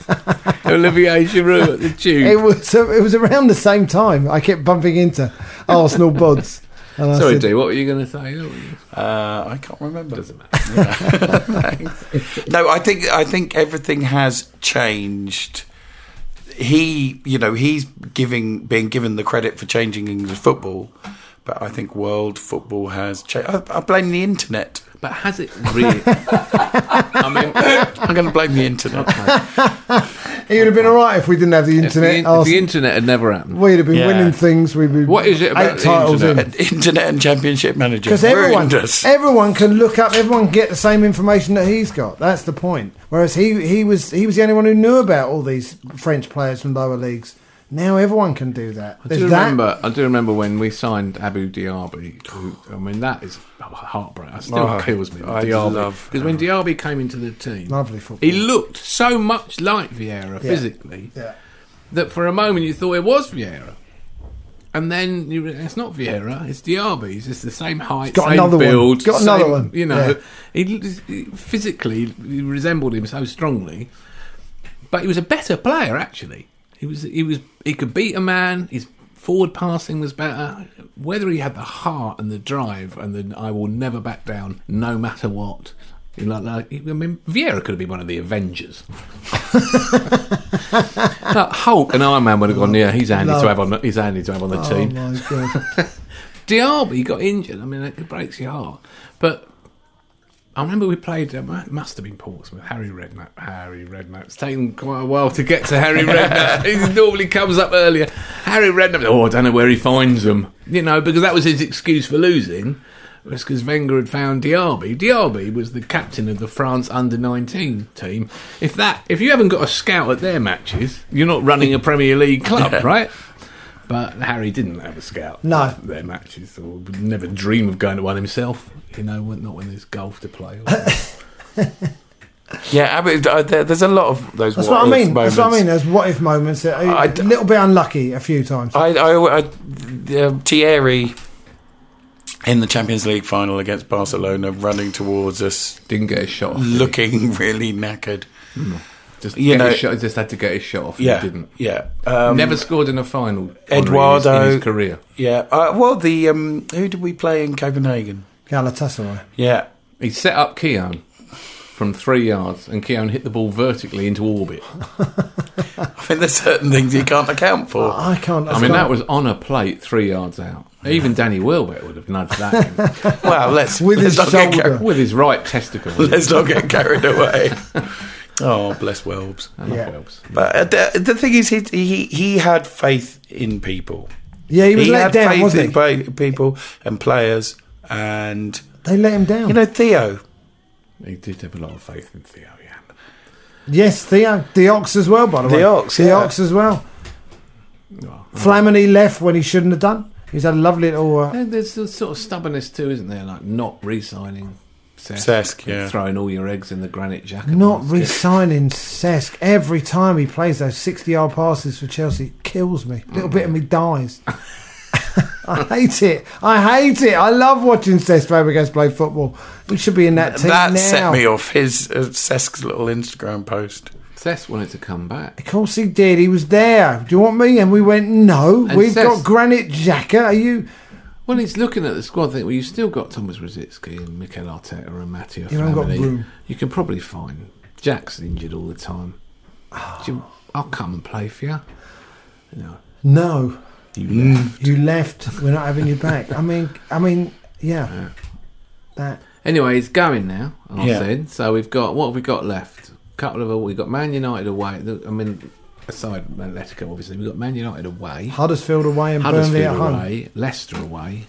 B: Olivier Giroud at the
D: It
B: tube.
D: was it was around the same time. I kept bumping into Arsenal buds. And I
B: Sorry,
D: said,
B: Dee, what were you going to say?
C: Uh, I can't remember.
B: Doesn't matter.
C: No, I think I think everything has changed. He, you know, he's giving being given the credit for changing English football, but I think world football has changed. I, I blame the internet.
B: But has it really? I mean,
C: I'm going to blame the internet.
D: "It would have been all right if we didn't have the
B: if the,
D: internet.
B: in- if
D: Arsenal,
B: the internet had never happened.
D: we'd have been
C: Yeah.
D: winning things. We'd be
B: What is it about
D: eight
B: the
D: titles
B: internet?
D: in."
C: internet and championship manager.
D: Because
C: We're
D: everyone,
C: Indus.
D: everyone can look up, everyone can get the same information that he's got. That's the point. Whereas he, he was he was the only one who knew about all these French players from lower leagues. Now everyone can do that.
B: I
D: There's
B: do
D: that.
B: remember. I do remember when we signed Abu Diaby. Who, I mean, that is heartbreaking. It still
C: Oh,
B: kills me.
C: I
B: Diaby
C: love
B: because when Diaby came into the team,
D: Lovely football.
B: he looked so much like Vieira physically
D: yeah.
B: that for a moment you thought it was Vieira. And then you, re- it's not Vieira, it's Diaby. It's just the same height,
D: got
B: same
D: another one.
B: build,
D: Got
B: same-
D: another one.
B: You know,
D: Yeah.
B: he, l- he physically he resembled him so strongly, but he was a better player actually. He was he was he could beat a man. His forward passing was better. Whether he had the heart and the drive and the I will never back down, no matter what. you know, Like, I mean, Vieira could have been one of the Avengers. Like Hulk and Iron Man would have gone. Yeah, he's handy
D: No.
B: to have on. The, he's handy to have on the
D: Oh
B: team.
D: my god!
B: Diaby got injured. I mean, it breaks your heart. But I remember we played. Um, it must have been Portsmouth. Harry Redknapp. Harry Redknapp. It's taken quite a while to get to Harry Redknapp. he normally comes up earlier. Harry Redknapp. Oh, I don't know where he finds them. You know, because that was his excuse for losing. Was because Wenger had found Diaby. Diaby was the captain of the France under nineteen team. If that, if you haven't got a scout at their matches, you're not running a Premier League club, right? But Harry didn't have a scout.
D: No.
B: at their matches, or would never dream of going to one himself. You know, when- not when there's golf to play. Or
C: Yeah, I mean, uh, there, there's a lot of those.
D: That's what I
C: if
D: mean. That's what I
C: moments.
D: mean. There's what if moments. that- A
C: I d-
D: little bit unlucky a few times.
C: I, I, I oh, uh, Thierry in the Champions League final against Barcelona, running towards us,
B: didn't get a shot. off, did he?
C: looking really knackered.
B: just
C: you
B: get
C: know-
B: his shot, just had to get his shot off. and
C: Yeah,
B: he didn't.
C: yeah, um,
B: never scored in a final. Eduardo in
C: Eduardo-
B: his, career.
C: yeah. Uh, well, the um, who did we play in Copenhagen?
D: Galatasaray.
C: Yeah,
B: He set up Keown from three yards, and Keown hit the ball vertically into orbit.
C: mean, there's certain things you can't account for.
D: I can't.
B: I mean, that was on a plate three yards out. Even Danny Welbeck would have nudged that
C: Well, let's
D: With
C: let's
D: his
C: not get
D: shoulder.
B: in with his right testicle.
C: let's not get carried away. Oh, bless Welbs.
D: Yeah.
B: Welbs.
C: But uh, the, the thing is, he, he he had faith in people.
D: Yeah, he was let
C: had
D: down,
C: faith
D: wasn't
C: in
D: he?
C: play, people and players, and
D: They let him down.
C: you know Theo.
B: He did have a lot of faith in Theo. Yeah.
D: yes, Theo, the ox as well. By the,
C: The
D: way,
C: ox,
D: the
C: yeah. Oh,
D: ox as well. Flamini left when he shouldn't have done. He's had a lovely little. Uh,
B: And there's a sort of stubbornness too, isn't there? Like not re-signing Cesc,
C: Cesc,
B: and
C: yeah.
B: throwing all your eggs in the granite jacket.
D: Not re-signing Cesc every time he plays those sixty-yard passes for Chelsea kills me. A little bit of me dies. I hate it. I hate it. I love watching Cesc Fabregas play football. He should be in that team
C: That
D: now.
C: set me off. His uh, Cesk's little Instagram post.
B: Cesc wanted to come back.
D: Of course he did. He was there. Do you want me? And we went no.
B: And
D: We've
B: Cesc-
D: got Granite Xhaka. Are you?
B: Well, he's looking at the squad. Think well, you've still got Thomas Rosicki and Mikel Arteta and Matteo
D: You haven't got
B: Flamini.
D: room.
B: You can probably find Jack's injured all the time. Do you- I'll come and play for you. You know,
D: No.
B: you left.
D: You left. We're not having you back. I mean. I mean. Yeah. That.
B: Anyway, he's going now. I
C: Yeah.
B: said. So we've got what have we got left? couple of we've got Man United away. The- I mean, aside from Atletico, obviously, we've got Man United away.
D: Huddersfield away and Burnley at
B: Huddersfield
D: home.
B: away, Leicester away,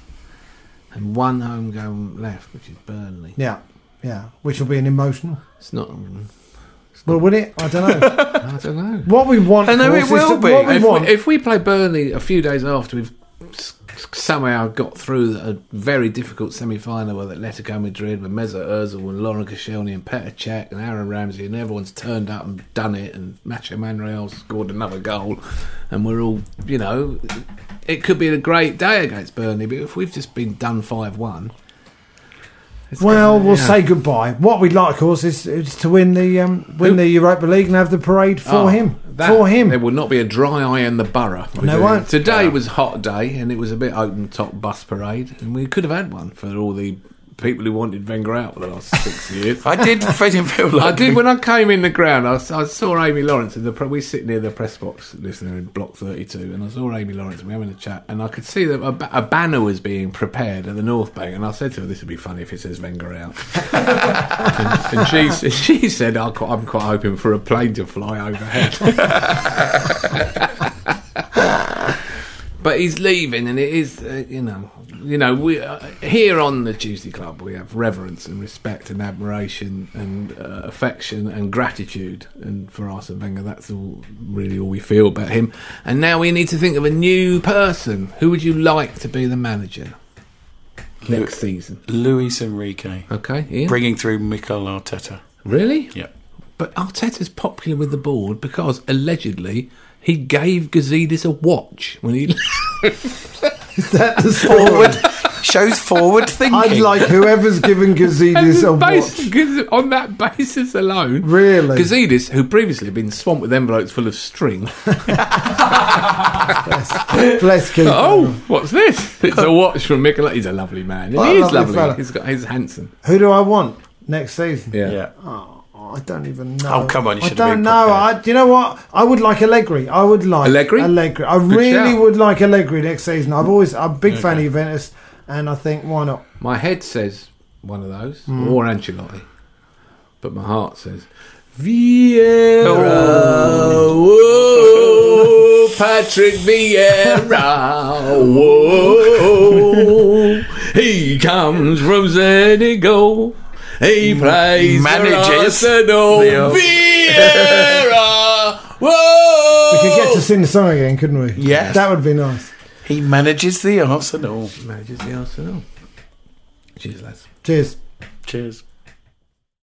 B: and one home game left, which is Burnley.
D: Yeah. Yeah. Which will be an emotional.
B: It's not. mm,
D: Well, would it? I don't know.
B: I don't know.
D: What we want,
C: I know
D: of
C: it
D: course,
C: will
D: is to-
C: be.
D: What we
B: if,
D: want,
B: we, if we play Burnley a few days after we've s- s- somehow got through a very difficult semi-final with Atletico Madrid, with Meza Özil and Lauren Koscielny and Petr Cech and Aaron Ramsey, and everyone's turned up and done it, and Macho Manreal scored another goal, and we're all, you know, it could be a great day against Burnley, but if we've just been done five-one. it's
D: well,
B: gonna-
D: we'll
B: yeah.
D: say goodbye. What we'd like, of course, is, is to win the um, win
B: Who-
D: the Europa League and have the parade for
B: Oh,
D: him.
B: that-
D: for
B: There
D: him.
B: will not be a dry eye in the borough. We're
D: No
B: doing-
D: won't.
B: Today was a hot day and it was a bit open top bus parade, and we could have had one for all the people who wanted Wenger out for the last six years.
C: I did feel feel
B: I
C: like
B: did when I came in the ground. I, s- I saw Amy Lawrence in the pre- we sit near the press box listening in Block Thirty Two, and I saw Amy Lawrence. and We were having a chat, and I could see that a, ba- a banner was being prepared at the North Bank, and I said to her, "This would be funny if it says Wenger out." and, and she s- she said, "I'm quite, I'm quite hoping for a plane to fly overhead." But he's leaving, and it is, uh, you know, you know. We uh, here on the Tuesday Club, we have reverence and respect and admiration and uh, affection and gratitude, and for Arsene Wenger, that's all really all we feel about him. And now we need to think of a new person. Who would you like to be the manager next season?
C: Luis Enrique
B: Okay, Ian?
C: bringing through Mikel Arteta.
B: really?
C: Yeah.
B: But Arteta's popular with the board because allegedly he gave Gazidis a watch when he.
C: Forward shows forward thinking.
D: I'd like whoever's given Gazidis a
B: And based-
D: watch.
B: 'cause on that basis alone,
D: Really?
B: Gazidis, who previously had been swamped with envelopes full of string,
D: Bless Keith.
B: oh, what's this? It's a watch from Mikel. He's a lovely man.
D: What a
B: he is
D: lovely
B: lovely.
D: fella.
B: He's got he's handsome.
D: Who do I want next season?
B: Yeah.
C: Yeah.
D: Oh, I don't even know.
C: Oh, come on, you
D: I
C: should have
D: don't
C: been
D: know.
C: prepared.
D: I, do you know what? I would like Allegri. I would like
B: Allegri?
D: Allegri. I really
B: shout.
D: would like Allegri next season. I've always, I'm a big fan of Juventus, and I think why not?
B: My head says one of those
D: Hmm.
B: or Ancelotti, but my heart says Vieira. Whoa, Patrick Vieira. Whoa, he comes from Senegal. He plays for
C: Manages
B: Arsenal.
C: the-
B: Vieira. Whoa.
D: uh, We could get to sing the song again, couldn't we?
C: Yes.
D: that would be nice.
C: He manages the Arsenal.
B: manages the Arsenal. Cheers, lads.
D: Cheers.
C: Cheers.